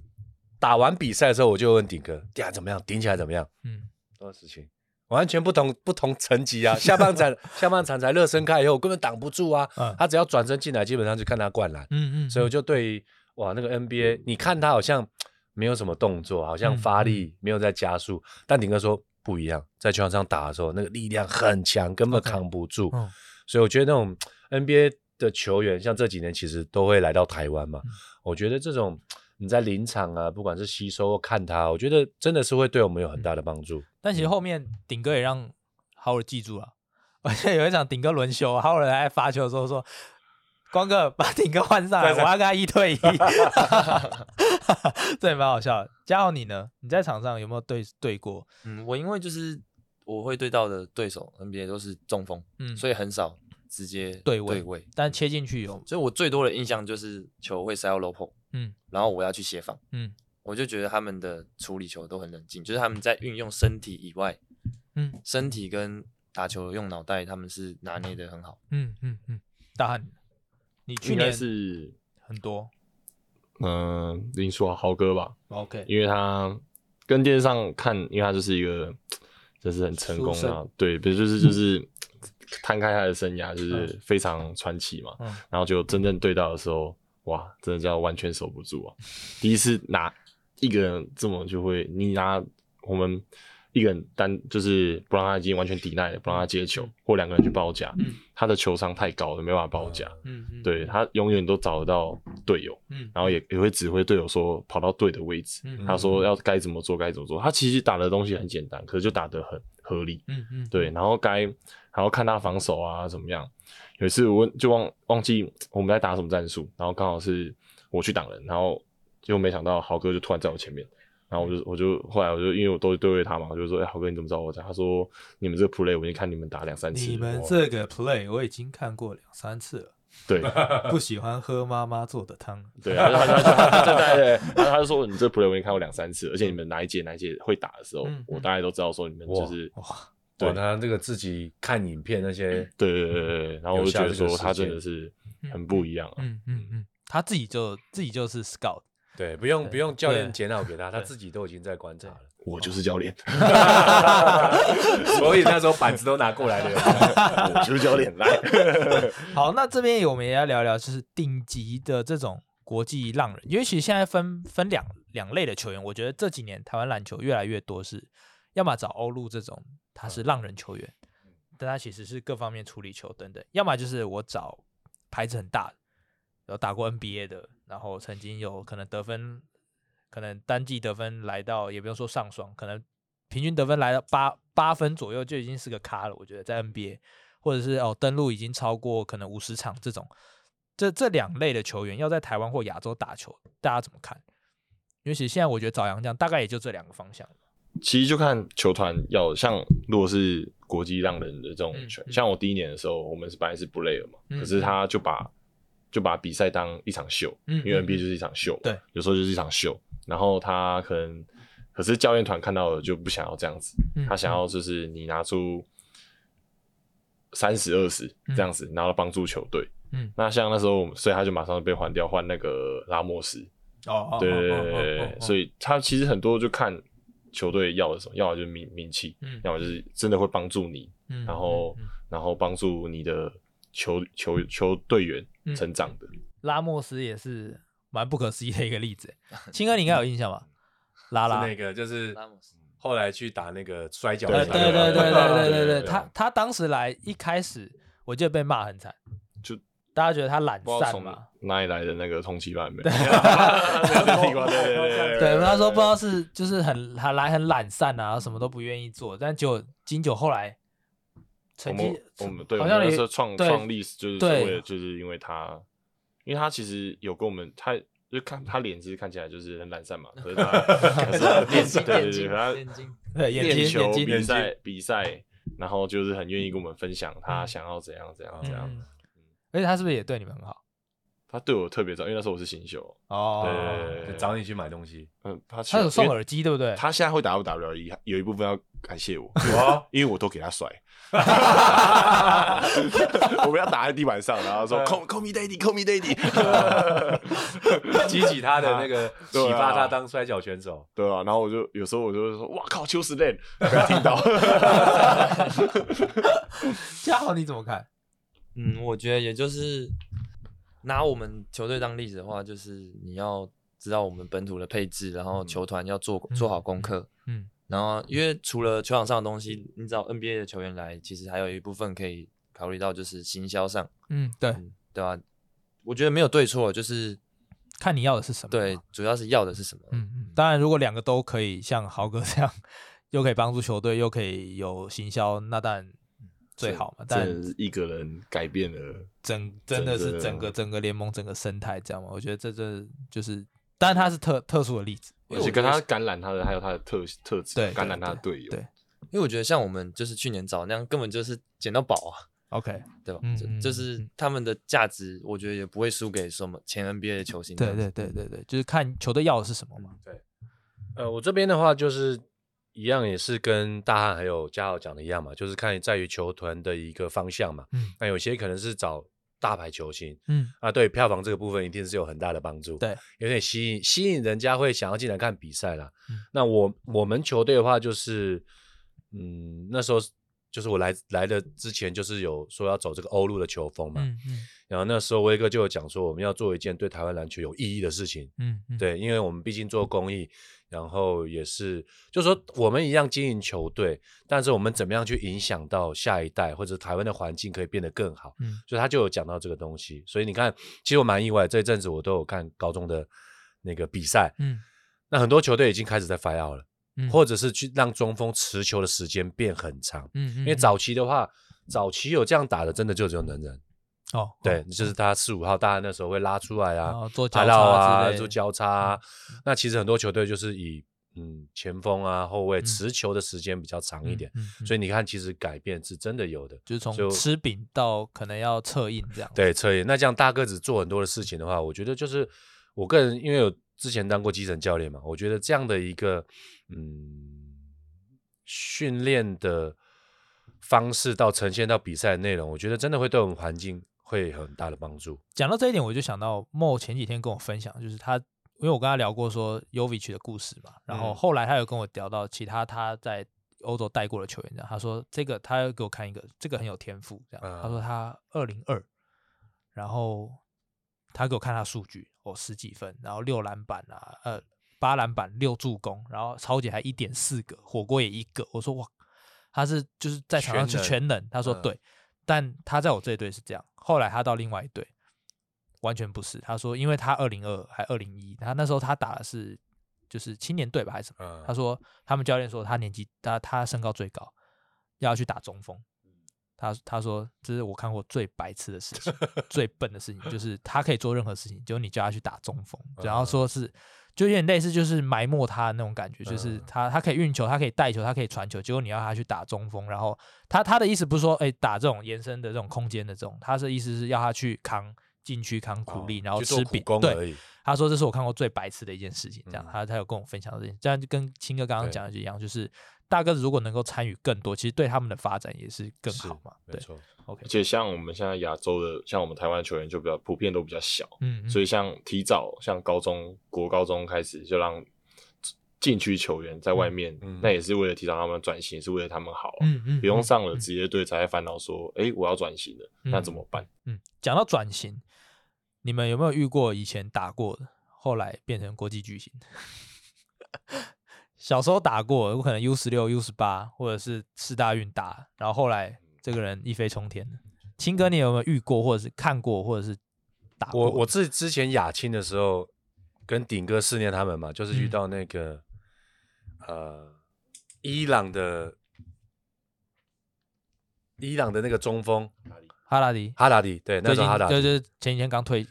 S2: 打完比赛的时候，我就问顶哥，呀怎么样，顶起来怎么样？
S1: 嗯，
S2: 多少事情？完全不同不同层级啊！下半场下半场才热身开以后，我根本挡不住啊！
S1: 嗯
S2: 他只要转身进来，基本上就看他灌篮。
S1: 嗯嗯，
S2: 所以我
S1: 嗯
S2: 就对于哇那个 NBA，你看他好像没有什么动作，好像
S1: 嗯
S2: 发力没有在加速，但顶哥说不一样，在球场上打的时候，那个力量很强，根本
S1: OK
S2: 扛不住。
S1: 嗯
S2: 所以我觉得那种 NBA 的球员，像这几年其实都会来到台湾嘛。
S1: 嗯
S2: 我觉得这种你在临场啊，不管是吸收或看他，我觉得真的是会对我们有很大的帮助。
S1: 但其实后面顶哥也让哈尔记住了，而且有一场顶哥轮休，哈尔还在罚球的时候说：“光哥把顶哥换上来，
S2: 对
S1: 我
S2: 对
S1: 要跟他一 对一。”这也蛮好笑的。嘉豪，你呢？你在场上有没有对对过？
S3: 嗯，我因为就是我会对到的对手 NBA 都是中锋，
S1: 嗯，
S3: 所以很少直接
S1: 对位
S3: 位，位
S1: 但切进去有，
S3: 所以我最多的印象就是球会塞到 low post，
S1: 嗯
S3: 然后我要去协防，
S1: 嗯
S3: 我就觉得他们的处理球都很冷静，就是他们在运用身体以外，
S1: 嗯
S3: 身体跟打球用脑袋，他们是拿捏的很好。
S1: 嗯嗯嗯，大汉，你去
S4: 应该
S1: 年
S4: 是
S1: 很多
S4: 嗯林书豪豪哥吧，
S1: ，OK，
S4: 因为他跟电视上看，因为他就是一个就是很成功
S1: 书
S4: 的啊
S1: 生，
S4: 对，不是就是就是摊开他的生涯就是非常传奇嘛，
S1: 嗯
S4: 然后就真正对到的时候，哇，真的叫完全守不住啊！第一次拿一个人这么就会，你拿我们一个人单就是不让他已经完全抵赖了，不让他接球，或两个人去包夹，
S1: 嗯
S4: 他的球商太高了，没办法包夹，
S1: 嗯嗯，
S4: 对他永远都找得到队友。
S1: 嗯，
S4: 然后也也会指挥队友说跑到对的位置，
S1: 嗯
S4: 他说要该怎么做该怎么做。他其实打的东西很简单，可是就打得很合理。
S1: 嗯嗯，
S4: 对，然后该然后看他防守啊怎么样。有一次我问就忘忘记我们在打什么战术，然后刚好是我去挡人，然后结果没想到豪哥就突然在我前面，然后
S1: 嗯
S4: 我就我就后来我就因为我都对位他嘛，我就说哎、豪哥你怎么知道我在？他说你们这个 play 我已经看你们打两三次了，
S1: 你们
S4: 哇
S1: 这个 play 我已经看过两三次了，
S4: 对
S1: 不喜欢喝妈妈做的汤。
S4: 对，然后他就他就他就他就他就说你这 play 我已经看过两三次了，而且你们哪一节哪一节会打的时候
S1: 嗯，
S4: 我大概都知道说你们就是
S1: 哇，哦
S2: 对
S4: 对
S2: 哦他这个自己看影片那些，
S4: 对对对对对，然后我就觉得说他真的是很不一样啊，
S1: 嗯嗯嗯，他自己就自己就是 scout，
S2: 对，不用不用教练
S1: 对
S2: 检讨给他，他自己都已经在观察了。
S4: 我
S1: 嗯
S4: 就是 教练，
S2: 所以那时候板子都拿过来 了。
S4: 我就是教练，来，
S1: 好，那这边我们也要聊聊，就是顶级的这种国际浪人，因为其实现在分分两两类的球员，我觉得这几年台湾篮球越来越多是，要么找欧陆这种他是浪人球员，但他其实是各方面处理球等等，要么就是我找牌子很大的，有打过 NBA 的，然后曾经有可能得分，可能单季得分来到也不用说上双，可能平均得分来到八八分左右就已经是个咖了，我觉得在 NBA。或者是哦登陆已经超过可能五十场这种，这这两类的球员要在台湾或亚洲打球，大家怎么看？尤其实现在我觉得早阳这样大概也就这两个方向。
S4: 其实就看球团要像，如果是国际浪人的这种
S1: 嗯
S4: 球，
S1: 嗯
S4: 像我第一年的时候，我们是本来是 b l a y 嘛，
S1: 嗯
S4: 可是他就把就把比赛当一场秀，
S1: 嗯
S4: 因为
S1: 嗯
S4: NBA 就是一场秀，
S1: 对，
S4: 有时候就是一场秀，然后他可能，可是教练团看到了就不想要这样子，
S1: 嗯
S4: 他想要就是你拿出三十二十这样子，然后帮助球队。
S1: 嗯
S4: 那像那时候我们，所以他就马上被换掉，换那个拉莫斯。
S1: 哦，
S4: 对对对对对，所以他其实很多就看球队要的什么，要么就是名名气，
S1: 嗯
S4: 要么就是真的会帮助你，
S1: 嗯
S4: 然后
S1: 嗯嗯
S4: 然后帮助你的球球球队
S1: 嗯
S4: 员成长的。
S1: 拉莫斯也是蛮不可思议的一个例子。青哥，你应该有印象吧？拉拉，
S2: 是那个就是
S3: 拉姆斯
S2: 后来去打那个摔跤
S1: 呃，
S2: 的
S1: 对
S4: 对
S2: 那
S1: 对
S2: 个，
S1: 对对对对
S4: 对
S1: 对，
S4: 对
S1: 他他当时来一开始，我记得被骂很惨，
S4: 就
S1: 大家觉得他懒
S4: 不知道
S1: 散
S4: 从
S1: 嘛，
S4: 哪里来的那个通 缉犯没？地瓜对对对
S1: 对，他说不知道是就是很很来很懒散啊，什么都不愿意做，但结果金九后来
S4: 我
S1: 成绩
S4: 们我们对，我
S1: 好
S4: 们
S1: 像
S4: 那
S1: 也
S4: 时候创
S1: 对
S4: 创历史就是
S1: 对
S4: 为了就是因为他，因为他其实有跟我们他。就看他脸是看起来就是很懒散嘛，可 是他可是他
S3: 眼睛眼
S4: 练对对对，
S3: 睛
S4: 他
S3: 眼睛，
S1: 对眼
S4: 练
S1: 睛
S4: 球
S1: 眼睛
S4: 比赛比赛，然后就是很愿意跟我们分享他想要怎样怎样怎样。
S1: 嗯而且他是不是也对你们很好？
S4: 他对我特别照，因为那时候我是新秀，
S1: 哦，
S4: 对
S2: 就找你去买东西。
S4: 嗯，他
S1: 他有送
S4: 因为
S1: 耳机对不对？
S4: 他现在会打 WWE，有一部分要感谢 我，
S2: 哦，
S4: 因为我都给他 甩，我被他打在地板上，然后说 call call me daddy，call me daddy，
S2: 激起他的那个
S4: 对
S2: 启
S4: 啊
S2: 发他当摔跤选手。
S4: 对啊，然后我就有时候我就会说，哇靠，邱时练，被他听到，
S1: 嘉豪你怎么看？
S3: 嗯，我觉得也就是拿我们球队当例子的话，就是你要知道我们本土的配置，然后球团要做、做好功课。
S1: 嗯
S3: 然后，因为除了球场上的东西，你知道 NBA 的球员来，其实还有一部分可以考虑到，就是行销上，
S1: 嗯，对，
S3: 嗯，对吧、我觉得没有对错，就是
S1: 看你要的是什么。
S3: 对，主要是要的是什么。
S1: 嗯，嗯，当然如果两个都可以像豪哥这样，又可以帮助球队，又可以有行销，那当然最好嘛。 但
S4: 真的是一个人改变了。
S1: 整真的是
S4: 整个
S1: 整个整个联盟整个生态这样嘛？我觉得这这就是，当然他是特特殊的例子。
S4: 而且跟他感染他的，还有他的特特质，
S1: 对
S4: 感染
S1: 对
S4: 他的队友。
S1: 对
S3: 因为我觉得像我们就是去年找那样，根本就是捡到宝啊，
S1: OK，
S3: 对吧？
S1: 嗯
S3: 就
S1: 嗯
S3: 就是他们的价值，我觉得也不会输给什么前 NBA 的球星这
S1: 对
S3: 样子。
S1: 对
S2: 嗯
S1: 对对对，就是看球队要的是什么嘛。
S2: 呃，我这边的话就是一样，也是跟大汉还有嘉豪讲的一样嘛，就是看在于球团的一个方向嘛。
S1: 嗯
S2: 那有些可能是找大牌球星
S1: 嗯，
S2: 啊，对票房这个部分一定是有很大的帮助，
S1: 对，
S2: 有点吸引吸引人家会想要进来看比赛啦。
S1: 嗯
S2: 那我我们球队的话就是，嗯，那时候就是我来来的之前就是有说要走这个欧陆的球风嘛，
S1: 嗯嗯
S2: 然后那时候威哥就有讲说我们要做一件对台湾篮球有意义的事情。
S1: 嗯嗯，
S2: 对，因为我们毕竟做公益，然后也是，就说我们一样经营球队，但是我们怎么样去影响到下一代，或者台湾的环境可以变得更好，
S1: 嗯
S2: 所以他就有讲到这个东西。所以你看，其实我蛮意外，这一阵子我都有看高中的那个比赛，
S1: 嗯
S2: 那很多球队已经开始在 f i r out 了，
S1: 嗯，
S2: 或者是去让中锋持球的时间变很长，
S1: 嗯嗯，
S2: 因为早期的话，早期有这样打的，真的就只有能人，
S1: 哦
S2: 对，就是他四五号，大家那时候会拉出来啊，
S1: 然后做
S2: 排
S1: 交
S2: 到
S1: 叉之
S2: 啊，
S1: 类
S2: 做
S1: 的嗯
S2: 交叉啊、那其实很多球队就是以嗯前锋啊后卫
S1: 嗯
S2: 持球的时间比较长一点，
S1: 嗯，
S2: 所
S1: 以
S2: 以你看其实改变是真的有的。
S1: 就是从
S2: 就
S1: 吃饼到可能要策应这样。，
S2: 对，测验。那这样大个子做很多的事情的话，我觉得就是我个人因为有之前当过基层教练嘛，我觉得这样的一个嗯训练的方式到呈现到比赛的内容，我觉得真的会对我们环境会有很大的帮助。
S1: 讲到这一点，我就想到莫前几天跟我分享，就是他，因为我跟他聊过说 u v i c 的故事嘛，然后
S2: 嗯
S1: 后来他有跟我聊到其他他在欧洲带过的球员，这样他说这个他要给我看一个，这个很有天赋，这样、他说他二零二，然后他给我看他数据，哦十几分，然后六篮板啊，呃八篮板六助攻，然后超姐还一点四个，火锅也一个，我说哇，他是就是在场上是
S2: 全能
S1: 全能，他说
S2: 嗯
S1: 对，但他在我这一队是这样，后来他到另外一队完全不是，他说因为他二零二还二零一，他那时候他打的是就是青年队吧还是什么。
S2: 嗯，
S1: 他说他们教练说他年纪他他身高最高，要去打中锋。
S2: 嗯
S1: 他他说这是我看过最白痴的事 情，最笨的事情，就是他可以做任何事情，结果你叫他去打中锋，然后
S2: 嗯
S1: 说是就有点类似就是埋没他的那种感觉，就是
S2: 嗯
S1: 他他可以运球，他可以带球，他可以传球，结果你要他去打中锋，然后他他的意思不是说哎、打这种延伸的这种空间的这种，他的意思是要他去扛禁区扛苦力，
S2: 哦
S1: 然后
S2: 去做
S1: 吃
S2: 苦
S1: 饼，
S2: 工
S1: 对，
S2: 而已。
S1: 他说这是我看过最白痴的一件事情，这样、
S2: 嗯
S1: 他他有跟我分享这件事，这样就跟青哥刚刚
S2: 对
S1: 讲的一样，就是大个子如果能够参与更多，其实对他们的发展也是更
S2: 是
S1: 好嘛。
S2: 没
S1: 对
S2: 错，
S1: ，OK，
S4: 而且像我们现在亚洲的，像我们台湾球员就比较普遍都比较小，
S1: 嗯，
S4: 所
S1: 以
S4: 以像提早像高中国高中开始就让禁区球员在外面，
S2: 嗯
S4: 那也是为了提早他们的转型，也是为了他们好、啊。
S1: 嗯嗯，
S4: 不用
S1: 嗯
S4: 上了
S1: 嗯
S4: 职业队才会烦恼说，哎、我要转型了，那
S1: 嗯
S4: 怎么办？
S1: 嗯，讲到转型，你们有没有遇过以前打过的，后来变成国际巨星？ 小时候打过，有可能 U 十六、U 十八，或者是四大运打，然后后来这个人一飞冲天了。青哥，你有没有遇过，或者是看过，或者是打过
S2: 我
S1: 的？
S2: 我自之前亚青的时候跟顶哥试念他们嘛，就是遇
S1: 嗯
S2: 到那个、呃伊朗的伊朗的那个中锋。
S1: 哈拉迪，
S2: 哈达迪，对，那
S1: 最
S2: 时
S1: 近
S2: 候哈达迪，
S1: 对对，前几天刚退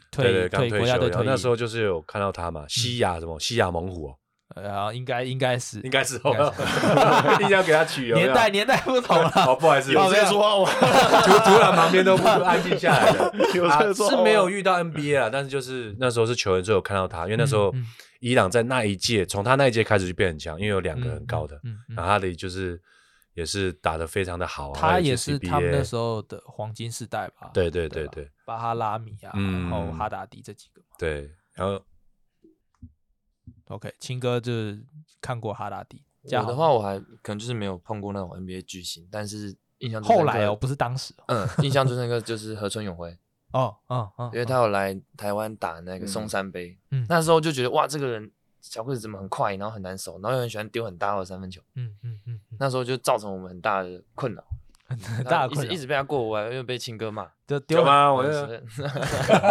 S1: 退
S2: 对对刚
S1: 退
S2: 退
S1: 国家
S2: 休
S1: 队
S2: 然后
S1: 退役，嗯
S2: 那时候就是有看到他嘛，西亚什么西亚猛虎哦，
S1: 呃，然后应该应该是
S2: 应该是
S1: 应该
S2: 哦， 一定要给他取有没有
S1: 年代年代不同
S2: 好
S1: 了，
S2: 不好意思，
S1: 哦有这个
S2: 说我突突然旁边都不安静下来了，
S4: 有这个
S2: 啊
S4: 说
S2: 是没有
S1: 哦
S2: 遇到 NBA 啊，但是就是那时候是球员，所以有看到他，因为 那时候
S1: 嗯嗯
S2: 伊朗在那一届，从他那一届开始就变很强，因为有两个很高的，
S1: 嗯，嗯
S2: 然后哈迪就是也是打得非常的好啊，
S1: 他
S2: 有
S1: 也
S2: 去
S1: 是他们那
S2: CBA
S1: 时候的黄金时代吧？
S2: 对对对
S1: 吧
S2: 对，
S1: 巴哈拉米啊，然后
S2: 嗯
S1: 哈达迪这几个嘛。
S2: 对，然后
S1: OK，青哥就是看过哈达迪，这样
S3: 我的话，我还可能就是没有碰过那种 NBA 巨星，但是印象最
S1: 后
S3: 深刻
S1: 来哦，不是当时哦
S3: 嗯，印象最深刻就是河村永 辉，
S1: 哦，嗯嗯，
S3: 因为他有来台湾打那个松山杯，
S1: 嗯
S3: 那时候就觉得哇，这个人小个子怎么很快，然后很难守，然后又很喜欢丢很大的三分球，
S1: 嗯嗯嗯嗯，
S3: 那时候就造成我们很大的困 扰，
S1: 很大的
S3: 一直
S1: 困
S3: 一
S1: 扰，
S3: 直被他过，我还又被亲哥骂，
S1: 就 丢了。
S2: 吗？
S3: 是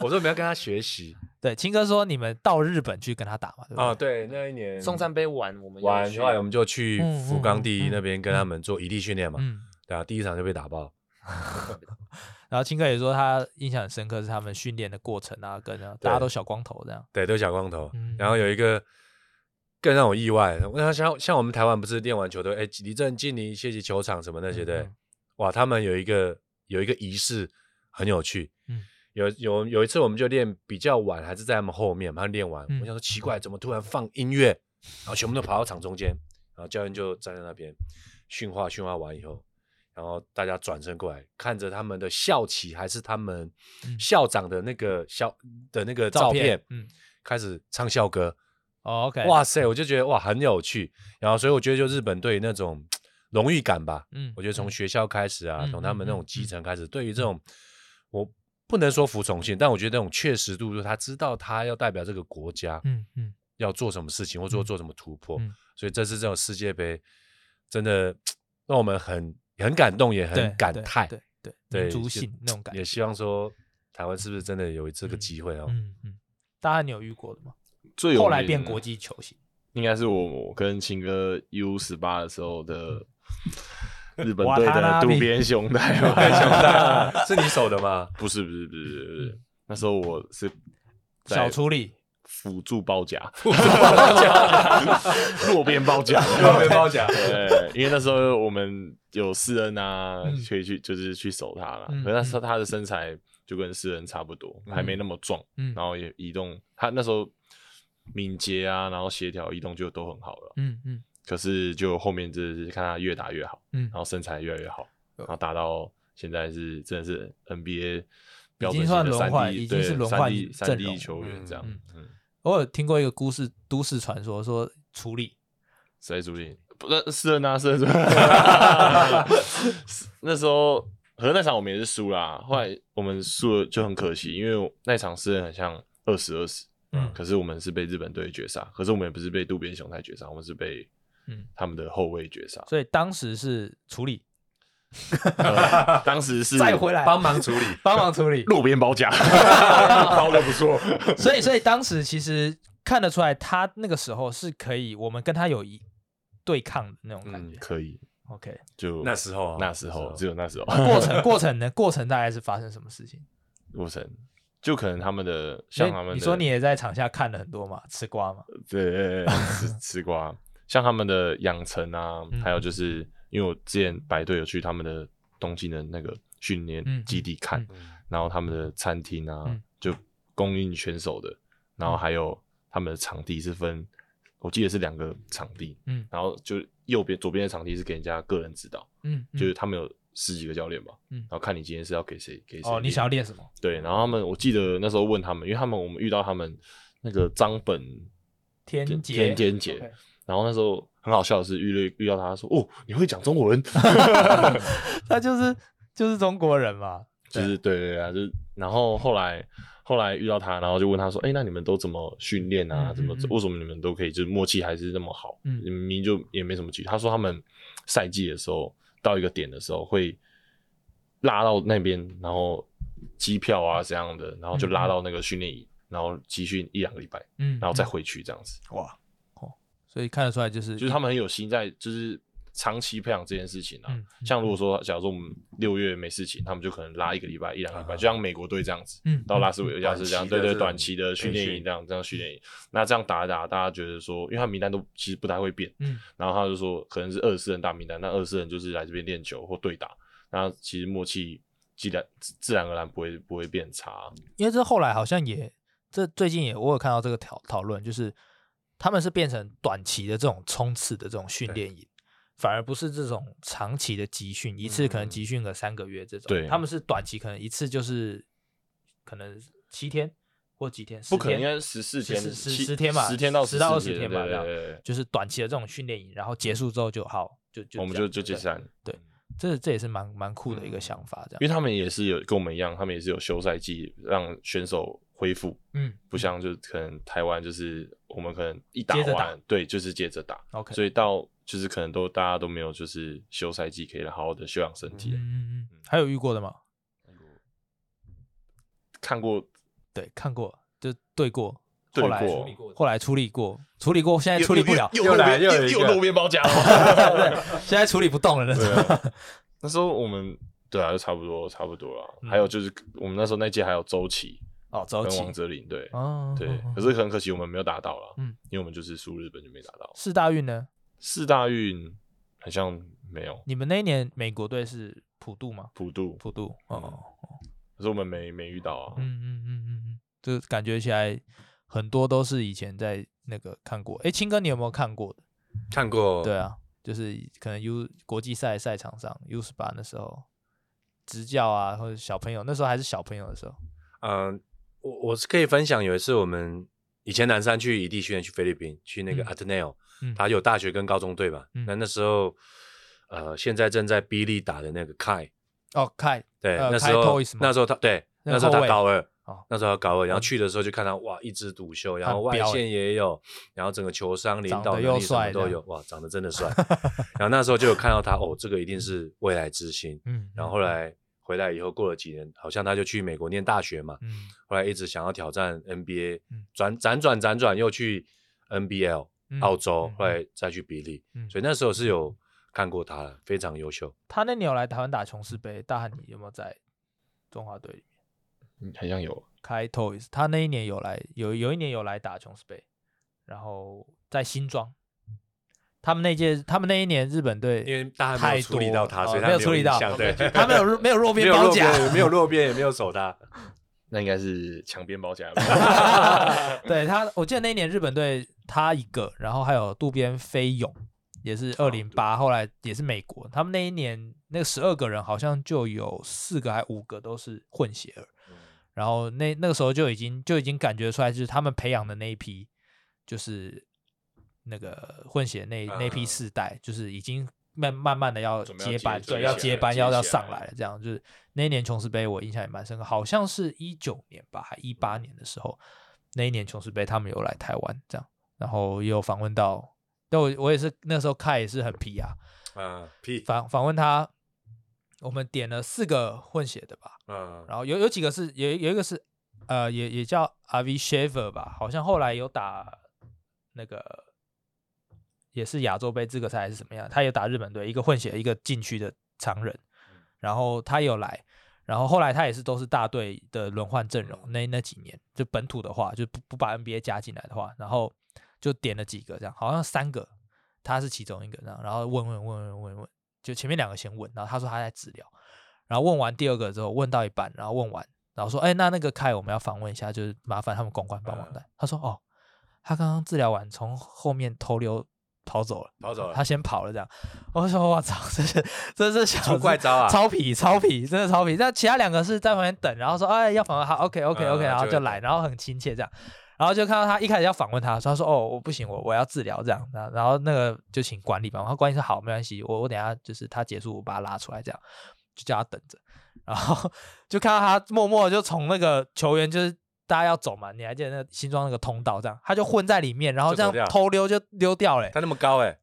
S2: 我说我们要跟他学习
S1: 对，青哥说你们到日本去跟他打 嘛，对
S2: 啊，
S1: 吧？
S2: 对，那一年
S3: 松山杯完我们有
S2: 完，
S3: 去
S2: 后来我们就去
S1: 嗯
S2: 福
S1: 嗯
S2: 冈
S1: 嗯
S2: 第
S1: 嗯
S2: 一那边跟他们做一地训练嘛，
S1: 嗯，
S2: 对啊，第一场就被打爆。
S1: 然后青哥也说他印象很深刻是他们训练的过程啊，跟啊大家都小光头这样。
S2: 对，都小光头。
S1: 嗯
S2: 然后有一个更让我意外，那像像我们台湾不是练完球都哎离阵近离谢谢球场什么那些
S1: 嗯
S2: 对，
S1: 嗯
S2: 哇，他们有一个有一个仪式很有趣。
S1: 嗯
S2: 有有有一次我们就练比较晚，还是在他们后面，然后练完，
S1: 嗯
S2: 我想说奇怪，怎么突然放音乐，然后全部都跑到场中间，然后教练就站在那边训话，训话完以后。然后大家转身过来，看着他们的校旗还是他们
S1: 嗯
S2: 校长的那个校的那个
S1: 照
S2: 照
S1: 片
S2: 片，
S1: 嗯
S2: 开始唱校歌，
S1: 哦，OK，，
S2: 哇塞，我就觉得哇很有趣。然后所以我觉得就日本队那种荣誉感吧，
S1: 嗯
S2: 我觉得从
S1: 嗯
S2: 学校开始啊，
S1: 嗯
S2: 从他们
S1: 嗯
S2: 那种
S1: 嗯
S2: 基层开始，对于这种我不能说服从性，但我觉得那种确实度，就是他知道他要代表这个国家，
S1: 嗯嗯，
S2: 要做什么事情，或者说做什么突破
S1: 嗯。
S2: 所以这次这种世界杯，真的让我们很很感动，也
S1: 对
S2: 很感
S1: 对
S2: 慨。
S1: 对对，
S2: 对
S1: 民族
S2: 就
S1: 性那种感觉
S2: 也。希望说台湾是不是真的有这个机会哦？
S1: 嗯嗯，大家你有遇过的吗？
S4: 最有
S1: 后来
S4: 名
S1: 变国际球星，
S4: 应该是我我跟秦哥 U 十八的时候的日本
S1: 嗯 瓦
S4: 队
S1: 塔纳
S4: 的渡
S1: 米
S4: 边雄太吧？
S2: 是你手的吗？
S4: 不是不是不是不是，那时候我是
S1: 嗯
S4: 在
S1: 小处理
S4: 辅助包夹， 弱边包夹，
S1: 又被包夹。
S4: 对，因为那时候我们有世恩啊
S1: 嗯，
S4: 可以去就是去守他啦。
S1: 嗯
S4: 可是那时候他的身材就跟世恩差不多，还没那么壮，
S1: 嗯
S4: 然后也移动，他那时候敏捷啊，然后协调移动就都很好了。
S1: 嗯嗯
S4: 可是就后面就是看他越打越好，
S1: 嗯
S4: 然，后身材越来越好，
S1: 呃
S4: 然后打到现在是真的是 NBA 标
S1: 经
S4: 准
S1: 算
S4: 型的
S1: 轮
S4: 三
S1: 换
S4: D，
S1: 已经
S4: 对
S1: 是轮
S4: 三
S1: 换
S4: D
S1: 阵
S4: 三 D
S1: 容
S4: 球员
S2: 嗯
S4: 这样。
S1: 嗯
S4: 嗯，
S1: 我有听过一个故事，都市传说说处理
S4: 谁主力？不 是世恩啊，世恩主力。那时候可是那场我们也是输啦，后来我们输了就很可惜，因为那场世恩很像二十二十，
S1: 嗯
S4: 可是我们是被日本队绝杀，可是我们也不是被渡边雄太绝杀，我们是被
S1: 嗯
S4: 他们的后卫绝杀。
S1: 所以当时是处理，
S4: 呃当时是
S1: 再回来
S2: 帮忙处理。
S1: 帮忙处理。
S4: 路边包 夹，包的不错。
S1: 所以所以当时其实看得出来，他那个时候是可以，我们跟他有一对抗的那种感
S4: 嗯
S1: 觉，。
S4: 可以，
S1: OK，
S4: 就
S2: 那时候啊
S4: 那时候只有那时候。
S1: 过程过程呢？过程大概是发生什么事情？
S4: 洛神就可能他们的
S1: 所
S4: 像
S1: 以
S4: 他们的，
S1: 哎你说你也在场下看了很多嘛，吃瓜嘛，
S4: 对，吃吃瓜，像他们的养成啊
S1: 嗯，
S4: 还有就是因为我之前白队有去他们的东京的那个训
S1: 嗯
S4: 练基地看，
S2: 嗯
S4: 然后他们的餐厅啊、
S1: 嗯
S4: 就供应选手的，然后还有他们的场地是分，我记得是两个场地，
S1: 嗯
S4: 然后就右边左边的场地是给人家个人指导，
S1: 嗯，嗯
S4: 就是他们有十几个教练吧，
S1: 嗯
S4: 然后看你今天是要给谁给谁
S1: 哦，你
S4: 练
S1: 想要练什么？
S4: 对，然后他们我记得那时候问他们，因为他们我们遇到他们那个张本
S1: 天
S4: 天
S1: 劫
S4: 天天杰
S1: OK
S4: 然后那时候很好笑的是遇遇到他他说哦你会讲 中文，
S1: 他就是就是中国人嘛，
S4: 就是对对对啊，就是然后后来后来遇到他，然后就问他说哎那你们都怎么训练啊？
S1: 嗯
S4: 怎么
S1: 嗯嗯
S4: 为什么你们都可以就是默契还是那么好？
S1: 嗯
S4: 明明就也没什么距离。他说他们赛季的时候到一个点的时候会拉到那边，然后机票啊这样的，然后就拉到那个训练营，然后集训一两个礼拜。
S1: 嗯，
S4: 然后再
S1: 嗯
S4: 回去这样子。
S1: 哇，哦，所以看得出来就是
S4: 就是他们很有心在，就是长期培养这件事情啊。
S1: 嗯嗯
S4: 像如果说，假如说我们六月没事情，他们就可能拉一个礼拜、一两个礼拜，
S2: 啊
S4: 就像美国队这样子，
S1: 嗯
S4: 到拉斯维加斯这样，
S2: 短期的
S4: 对
S2: 这
S4: 对，
S2: 种
S4: 短期的训练
S2: 培
S4: 营
S2: 训
S4: 这样这样训练营。那这样打一打，大家觉得说，因为他名单都其实不太会变，
S1: 嗯
S4: 然后他就说可能是二十四人大名单，那二十四人就是来这边练球或对打，那其实默契。既然自自然而然不会不会变差，
S1: 因为这后来好像也，这最近也我有看到这个讨讨论，就是他们是变成短期的这种冲刺的这种训练营，反而不是这种长期的集训，一次可能
S2: 嗯
S1: 集训个三个月这种。
S4: 对
S1: 他们是短期，可能一次就是可能七天或几天，
S4: 不可
S1: 10
S4: 能应
S1: 天
S4: 该十四天
S1: 十十
S4: 七
S1: 十天吧
S4: 十天到
S1: 10到
S4: 14
S1: 20天吧
S4: 对
S1: 这
S4: 对
S1: 样
S4: 对对
S1: 就是短期的这种训练营，然后结束之后就好，就就
S4: 对，嗯我们
S1: 这
S4: 就
S1: 样
S4: 就解
S1: 对
S4: 散，
S1: 这这也是蛮蛮酷的一个想法，这
S4: 嗯因为
S1: 样。
S4: 他们也是有跟我们一样，他们也是有休赛季让选手恢复，
S1: 嗯，
S4: 不像就可能台湾就是我们可能一打
S1: 接着打
S4: 完，对，就是接着打
S1: OK
S4: 所以到就是可能都大家都没有就是休赛季可以好好的休养身体。
S1: 嗯嗯嗯，还有遇过的吗？
S4: 看过
S1: 对，看过，就对过，
S4: 对
S1: 后来
S4: 过
S1: 处理过后来处理过，处理过，现在处理不了，
S4: 又
S2: 又
S4: 又
S2: 来
S4: 来
S2: 又有
S4: 又
S2: 一
S4: 又
S2: 个
S4: 露面包夹
S1: 对，现在处理不动了那
S4: 对
S1: 种。
S4: 啊，那时候我们对啊，就差不多差不多了、
S1: 嗯
S4: 还有就是我们那时候那届还有周琦
S1: 哦，周
S4: 跟
S1: 琦
S4: 王，哲林，对、
S1: 哦，
S4: 对
S1: 哦哦，
S4: 可是很可惜我们没有打到了，
S1: 嗯
S4: 因为我们就是输日本就没打到。
S1: 四大运呢？
S4: 四大运好像没有
S1: 你们那一年美国队是普渡吗？
S4: 普渡，
S1: 普渡，哦哦，哦
S4: 可是我们没没遇到啊。
S1: 嗯嗯嗯嗯嗯，就感觉起来很多都是以前在那个看过。哎，青哥，你有没有看过的？
S2: 看过，
S1: 对啊，就是可能 U 国际赛赛场上 U 十八那时候执教啊，或者小朋友那时候还是小朋友的时候，
S2: 嗯，我我是可以分享，有一次我们以前南山去异地训练，去菲律宾，去那个
S1: 嗯
S2: a t e n e o
S1: 嗯
S2: 他有大学跟高中队嘛。
S1: 嗯
S2: 那那时候，呃，现在正在比利打的那个 Kai，
S1: 哦，看
S2: 对，
S1: 呃
S2: 那时
S1: Kai
S2: 候
S1: Toys 吗
S2: 那时候他对，
S1: 那个
S2: 那时候
S1: 后
S2: 他
S1: 卫
S2: 高二
S1: 哦，
S2: 那时候他高二，然后去的时候就看他哇，一枝独秀，然后
S1: 很
S2: 外
S1: 彪欸
S2: 线也有，然后整个球商、领
S1: 长
S2: 导
S1: 得
S2: 能
S1: 又
S2: 力什
S1: 帅
S2: 么都
S1: 这
S2: 有，
S1: 样
S2: 哇，长得 真的帅。然后那时候就有看到他，哦，这个一定是未来之星。
S1: 嗯，
S2: 然后
S1: 嗯
S2: 后，来回来以后，过了几年，好像他就去美国念大学嘛，
S1: 嗯
S2: 后来一直想要挑战 NBA，
S1: 嗯
S2: 转辗转辗转又去 NBL
S1: 嗯
S2: 澳洲，
S1: 嗯
S2: 后来再去比利，
S1: 嗯，
S2: 所以那时候是有看过他了，非常优秀。
S1: 他那年有来台湾打琼斯杯，大汉你有没有在中华队里面？
S4: 嗯好像有，
S1: 开 Toys，他那一年有来，有有一年有来打琼斯杯，然后在新庄，他们那届，他们那一年日本队
S2: 因为大家没
S1: 太
S2: 有处理
S1: 多
S2: 到
S1: 了
S2: 他，
S1: 哦
S2: 所以他
S1: 没有
S2: 没
S1: 处理
S2: 印
S1: 到
S2: 象对，
S1: 他 没有入没有弱
S2: 没
S1: 边
S2: 有
S1: 包
S2: 落
S1: 夹，
S2: 边，没有落边，也没有守他。
S4: 那应该是墙边包夹吧。
S1: 对他，我记得那一年日本队他一个，然后还有渡边飞勇，也是二零八，后来也是美国。他们那一年那十二个人好像就有四个还五个都是混血儿，然后那那个时候就已经就已经感觉出来，就是他们培养的那一批，就是那个混血那那批
S2: 嗯
S1: 世代，就是已经慢慢慢的要
S2: 准备要
S1: 接
S2: 接
S1: 班，
S2: 准
S1: 对，
S2: 备
S1: 要
S2: 起来
S1: 接
S2: 了
S1: 班，
S2: 接
S1: 要要
S2: 起
S1: 上
S2: 来
S1: 来了。这样就是那一年琼斯杯，我印象也蛮深刻，好像是一九年吧，还一八
S2: 嗯
S1: 年的时候，那一年琼斯杯他们有来台湾这样，然后也有访问到，但我我也是那时候看也是很皮啊，
S2: 嗯，屁，
S1: 访访问他，我们点了四个混血的吧，
S2: 嗯，
S1: 然后有有几个是有有一个是呃也也叫 Avi Shaver 吧，好像后来有打那个也是亚洲杯资格赛还是怎么样，他也打日本队，一个混血，一个禁区的常人，然后他也有来。然后后来他也是都是大队的轮换阵容，那那几年就本土的话，就不不把 NBA 加进来的话，然后就点了几个这样，好像三个，他是其中一个这样，然后问问问问问问，就前面两个先问，然后他说他在治疗，然后问完第二个之后，问到一半，然后问完，然后说：“哎，那那个凯我们要访问一下，就是麻烦他们公关帮忙带。他说：“哦，他刚刚治疗完，从后面偷溜跑走了，
S2: 跑走了
S1: 他先跑了这样。”我说：“我操，这是这是小
S2: 出
S1: 子
S2: 怪招啊！
S1: 超皮超皮，真的超皮。那其他两个是在旁边等，然后说：“哎，要访问好，OK OK
S2: 嗯
S1: OK，、然后
S2: 就
S1: 就来，然后很亲切这样。”然后就看到他一开始要访问他，他说：“哦，我不行，我我要治疗这样。”然后然后那个就请管理帮忙，他管理说：“好，没关系，我我等一下就是他结束，我把他拉出来这样。”就叫他等着，然后 就看到他默默地就从那个球员就是。大家要走嘛？你还记得那个新庄那个通道这样，他就混在里面，然后
S2: 就
S1: 这
S2: 走
S1: 样
S2: 掉
S1: 偷溜就溜掉了欸、
S2: 他那么高哎，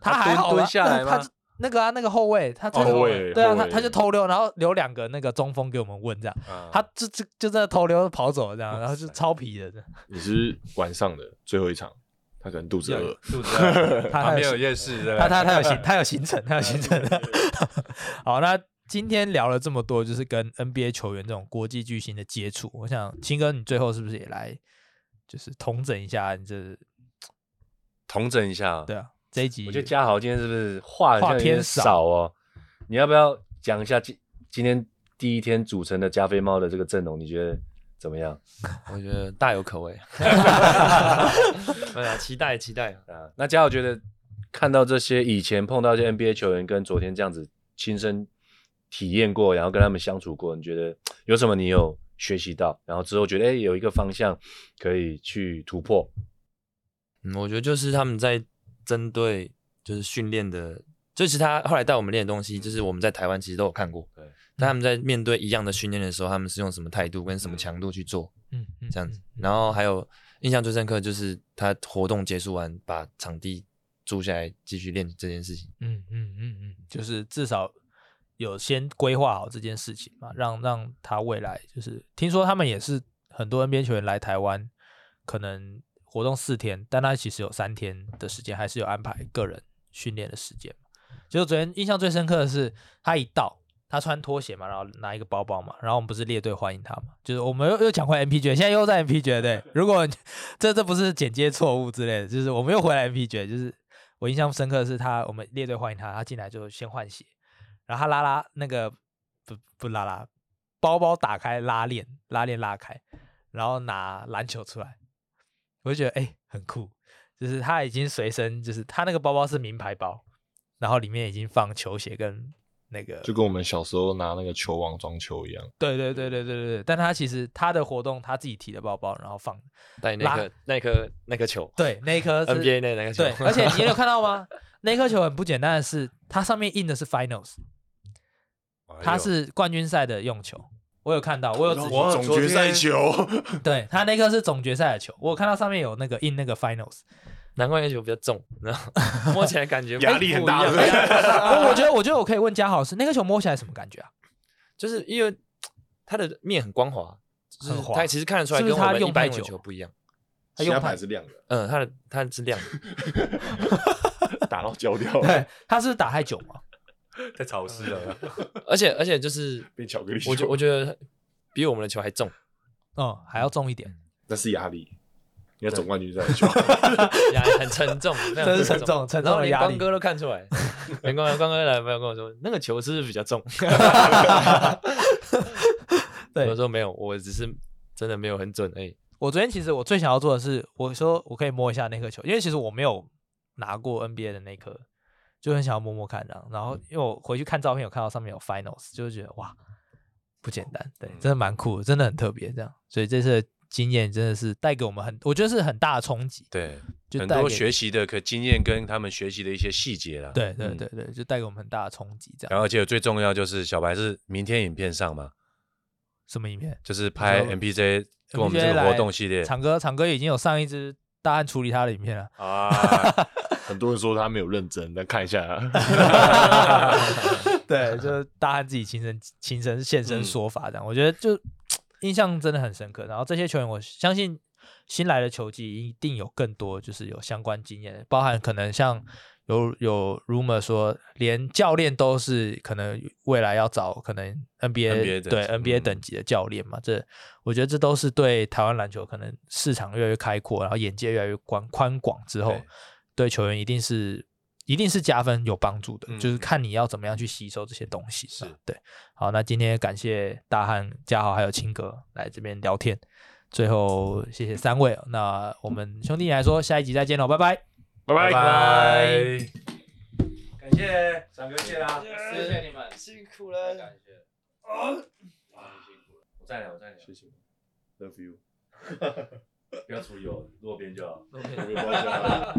S1: 他
S2: 他
S1: 还
S2: 蹲
S1: 好
S2: 蹲
S1: 啊
S2: 下来
S1: 他
S2: 吗
S1: 就那个啊，那个后卫，他
S4: 哦
S1: 真的
S4: 后卫
S1: 对啊，
S4: 后
S1: 他
S4: 卫哦
S1: 他就偷溜，然后留两个那个中锋给我们问这样，
S2: 嗯
S1: 他就就就在偷溜跑走这样，
S2: 哇
S1: 然后就
S2: 塞
S1: 超皮的这样，
S4: 你是晚上的最后一场，他可能肚子
S1: 要
S4: 饿，
S2: 肚子饿
S1: 他
S2: 旁
S1: 他
S2: 边
S1: 有
S2: 有
S1: 行
S2: 夜市，对不
S1: 他
S2: 对
S1: 他他有 行他有行程，他有行程。 好，那今天聊了这么多，就是跟 NBA 球员这种国际巨星的接触，我想青哥你最后是不是也来就是统整一下你这
S2: 统整一下啊。
S1: 对啊这一集？
S2: 我觉得嘉豪今天是不是话好像
S1: 话
S2: 有
S1: 偏
S2: 点
S1: 少
S2: 少哦？你要不要讲一下今今天第一天组成的加菲猫的这个阵容？你觉得怎么样
S3: 我觉得大有可 为。 哎呀，期待期待。
S2: 啊？那嘉豪觉得看到这些以前碰到一些 NBA 球员跟昨天这样子亲身体验过，然后跟他们相处过，你觉得有什么你有学习到？然后之后觉得哎、有一个方向可以去突破，
S3: 嗯，我觉得就是他们在针对就是训练的，就是他后来带我们练的东西，就是我们在台湾其实都有看过。
S2: 对，
S3: 但他们在面对一样的训练的时候，他们是用什么态度跟什么
S2: 嗯
S3: 强度去做
S1: 嗯嗯
S3: 这样子。然后还有印象最深刻就是他活动结束完，把场地租下来继续练这件事情。
S1: 嗯嗯嗯嗯，就是至少有先规划好这件事情嘛，让让他未来就是听说他们也是很多 NBA 球员来台湾，可能活动四天，但他其实有三天的时间还是有安排个人训练的时间嘛。就昨天印象最深刻的是，他一到，他穿拖鞋嘛，然后拿一个包包嘛，然后我们不是列队欢迎他嘛，就是我们又又讲回 MPG，现在又在 MPG 对，如果 这这不是剪接错误之类的，就是我们又回来 MPG，就是我印象深刻的是他，我们列队欢迎他，他进来就先换鞋，然后他拉拉那个不不拉拉，包包打开拉链，拉链拉开，然后拿篮球出来，我就觉得哎、很酷，就是他已经随身就是他那个包包是名牌包，然后里面已经放球鞋跟那个
S4: 就跟我们小时候拿那个球网装球一样。
S1: 对对对对对对对，但他其实他的活动他自己提的包包，然后放
S3: 带那
S1: 拉
S3: 颗那颗那颗球
S1: 对那一颗是
S3: ，NBA 那那颗球。
S1: 对，而且你有看到吗？那颗球很不简单的是，它上面印的是 Finals，它
S4: 哎
S1: 是冠军赛的用球。我有看到，哎我有仔细
S2: 总决赛
S4: 球，
S1: 对他那颗是总决赛的球，我有看到上面有那个印那个 Finals，
S3: 难怪那球比较重，然后摸起来感觉
S4: 压力很大
S3: 不一样
S4: 对不对
S1: 我我觉得我觉得我可以问嘉豪是那颗球摸起来什么感觉啊？
S3: 就是因为它的面很光滑，就是
S1: 很滑
S3: 它其实看得出来
S1: 是不是
S3: 跟我
S1: 它
S3: 们
S1: 用
S3: 一般
S1: 太
S3: 用
S1: 久
S3: 球不一样。
S1: 他
S4: 其
S1: 用
S4: 他
S1: 盘
S4: 牌是亮的，
S3: 嗯，它的它是亮的，
S4: 打到焦掉了
S1: 对，，他是不是打太久嘛？嗯
S2: 太潮湿了，
S3: 而且而且就是
S4: 变巧克力球。
S3: 我觉我觉得比我们的球还重，
S1: 嗯，还要重一点，
S4: 那是压力，因为总冠军赛的球，
S3: 压力很沉重，非常
S1: 真是沉重沉
S3: 然
S1: 重
S3: 后
S1: 的
S3: 连
S1: 压
S3: 光
S1: 力。
S3: 哥都 看出来，连光光哥来朋友跟我说，那个球是不是比较重？
S1: 对
S3: 我说没有，我只是真的没有很准而已。
S1: 我昨天其实我最想要做的是，我说我可以摸一下那颗球，因为其实我没有拿过 NBA 的那颗，就很想要摸摸看这样。然后因为我回去看照片，有看到上面有 Finals，就是觉得哇，不简单，对，真的蛮酷的，真的很特别这样。所以这次的经验真的是带给我们很，我觉得是很大的冲击，
S2: 对，
S1: 就
S2: 很
S1: 带
S2: 多
S1: 给
S2: 学习的可经验跟他们学习的一些细节啦。
S1: 对对
S2: 嗯
S1: 对对，就带给我们很大的冲击这
S2: 然
S1: 样。
S2: 后而且最重要就是小白是明天影片上嘛，
S1: 什么影片？
S2: 就是拍
S1: 你说
S2: MPJ 跟我们这个活动系列
S1: 长哥，长哥已经有上一支大汉处理他的影片了。
S2: 啊，
S4: 很多人说他没有认真，但看 一下 啊，
S1: 对，就是大汉自己亲身亲身现身
S2: 嗯
S1: 说法这样，我觉得就印象真的很深刻。然后这些球员，我相信新来的球季一定有更多就是有相关经验的，包含可能像有有 rumor 说，连教练都是可能未来要找可能 NBA,
S2: NBA 等
S1: 对
S2: 级
S1: NBA
S2: 嗯
S1: 等级的教练嘛，这我觉得这都是对台湾篮球可能市场越来越开阔，然后眼界越来越宽宽广之后
S2: 对，
S1: 对球员一定是一定是加分有帮助的，
S2: 嗯
S1: 就是看你要怎么样去吸收这些东西。
S2: 是
S1: 啊对。好，那今天也感谢大汉、嘉豪还有青哥来这边聊天，最后谢谢三位哦。那我们兄弟来说，下一集再见喽，拜拜。
S4: 拜拜。
S2: 拜。感谢长哥，谢啦，
S3: 谢谢
S2: 你们，辛苦了，感谢。我再聊，我再聊，
S4: 谢谢，Love you。
S2: 不要出油，落边就好。
S4: 我也不知道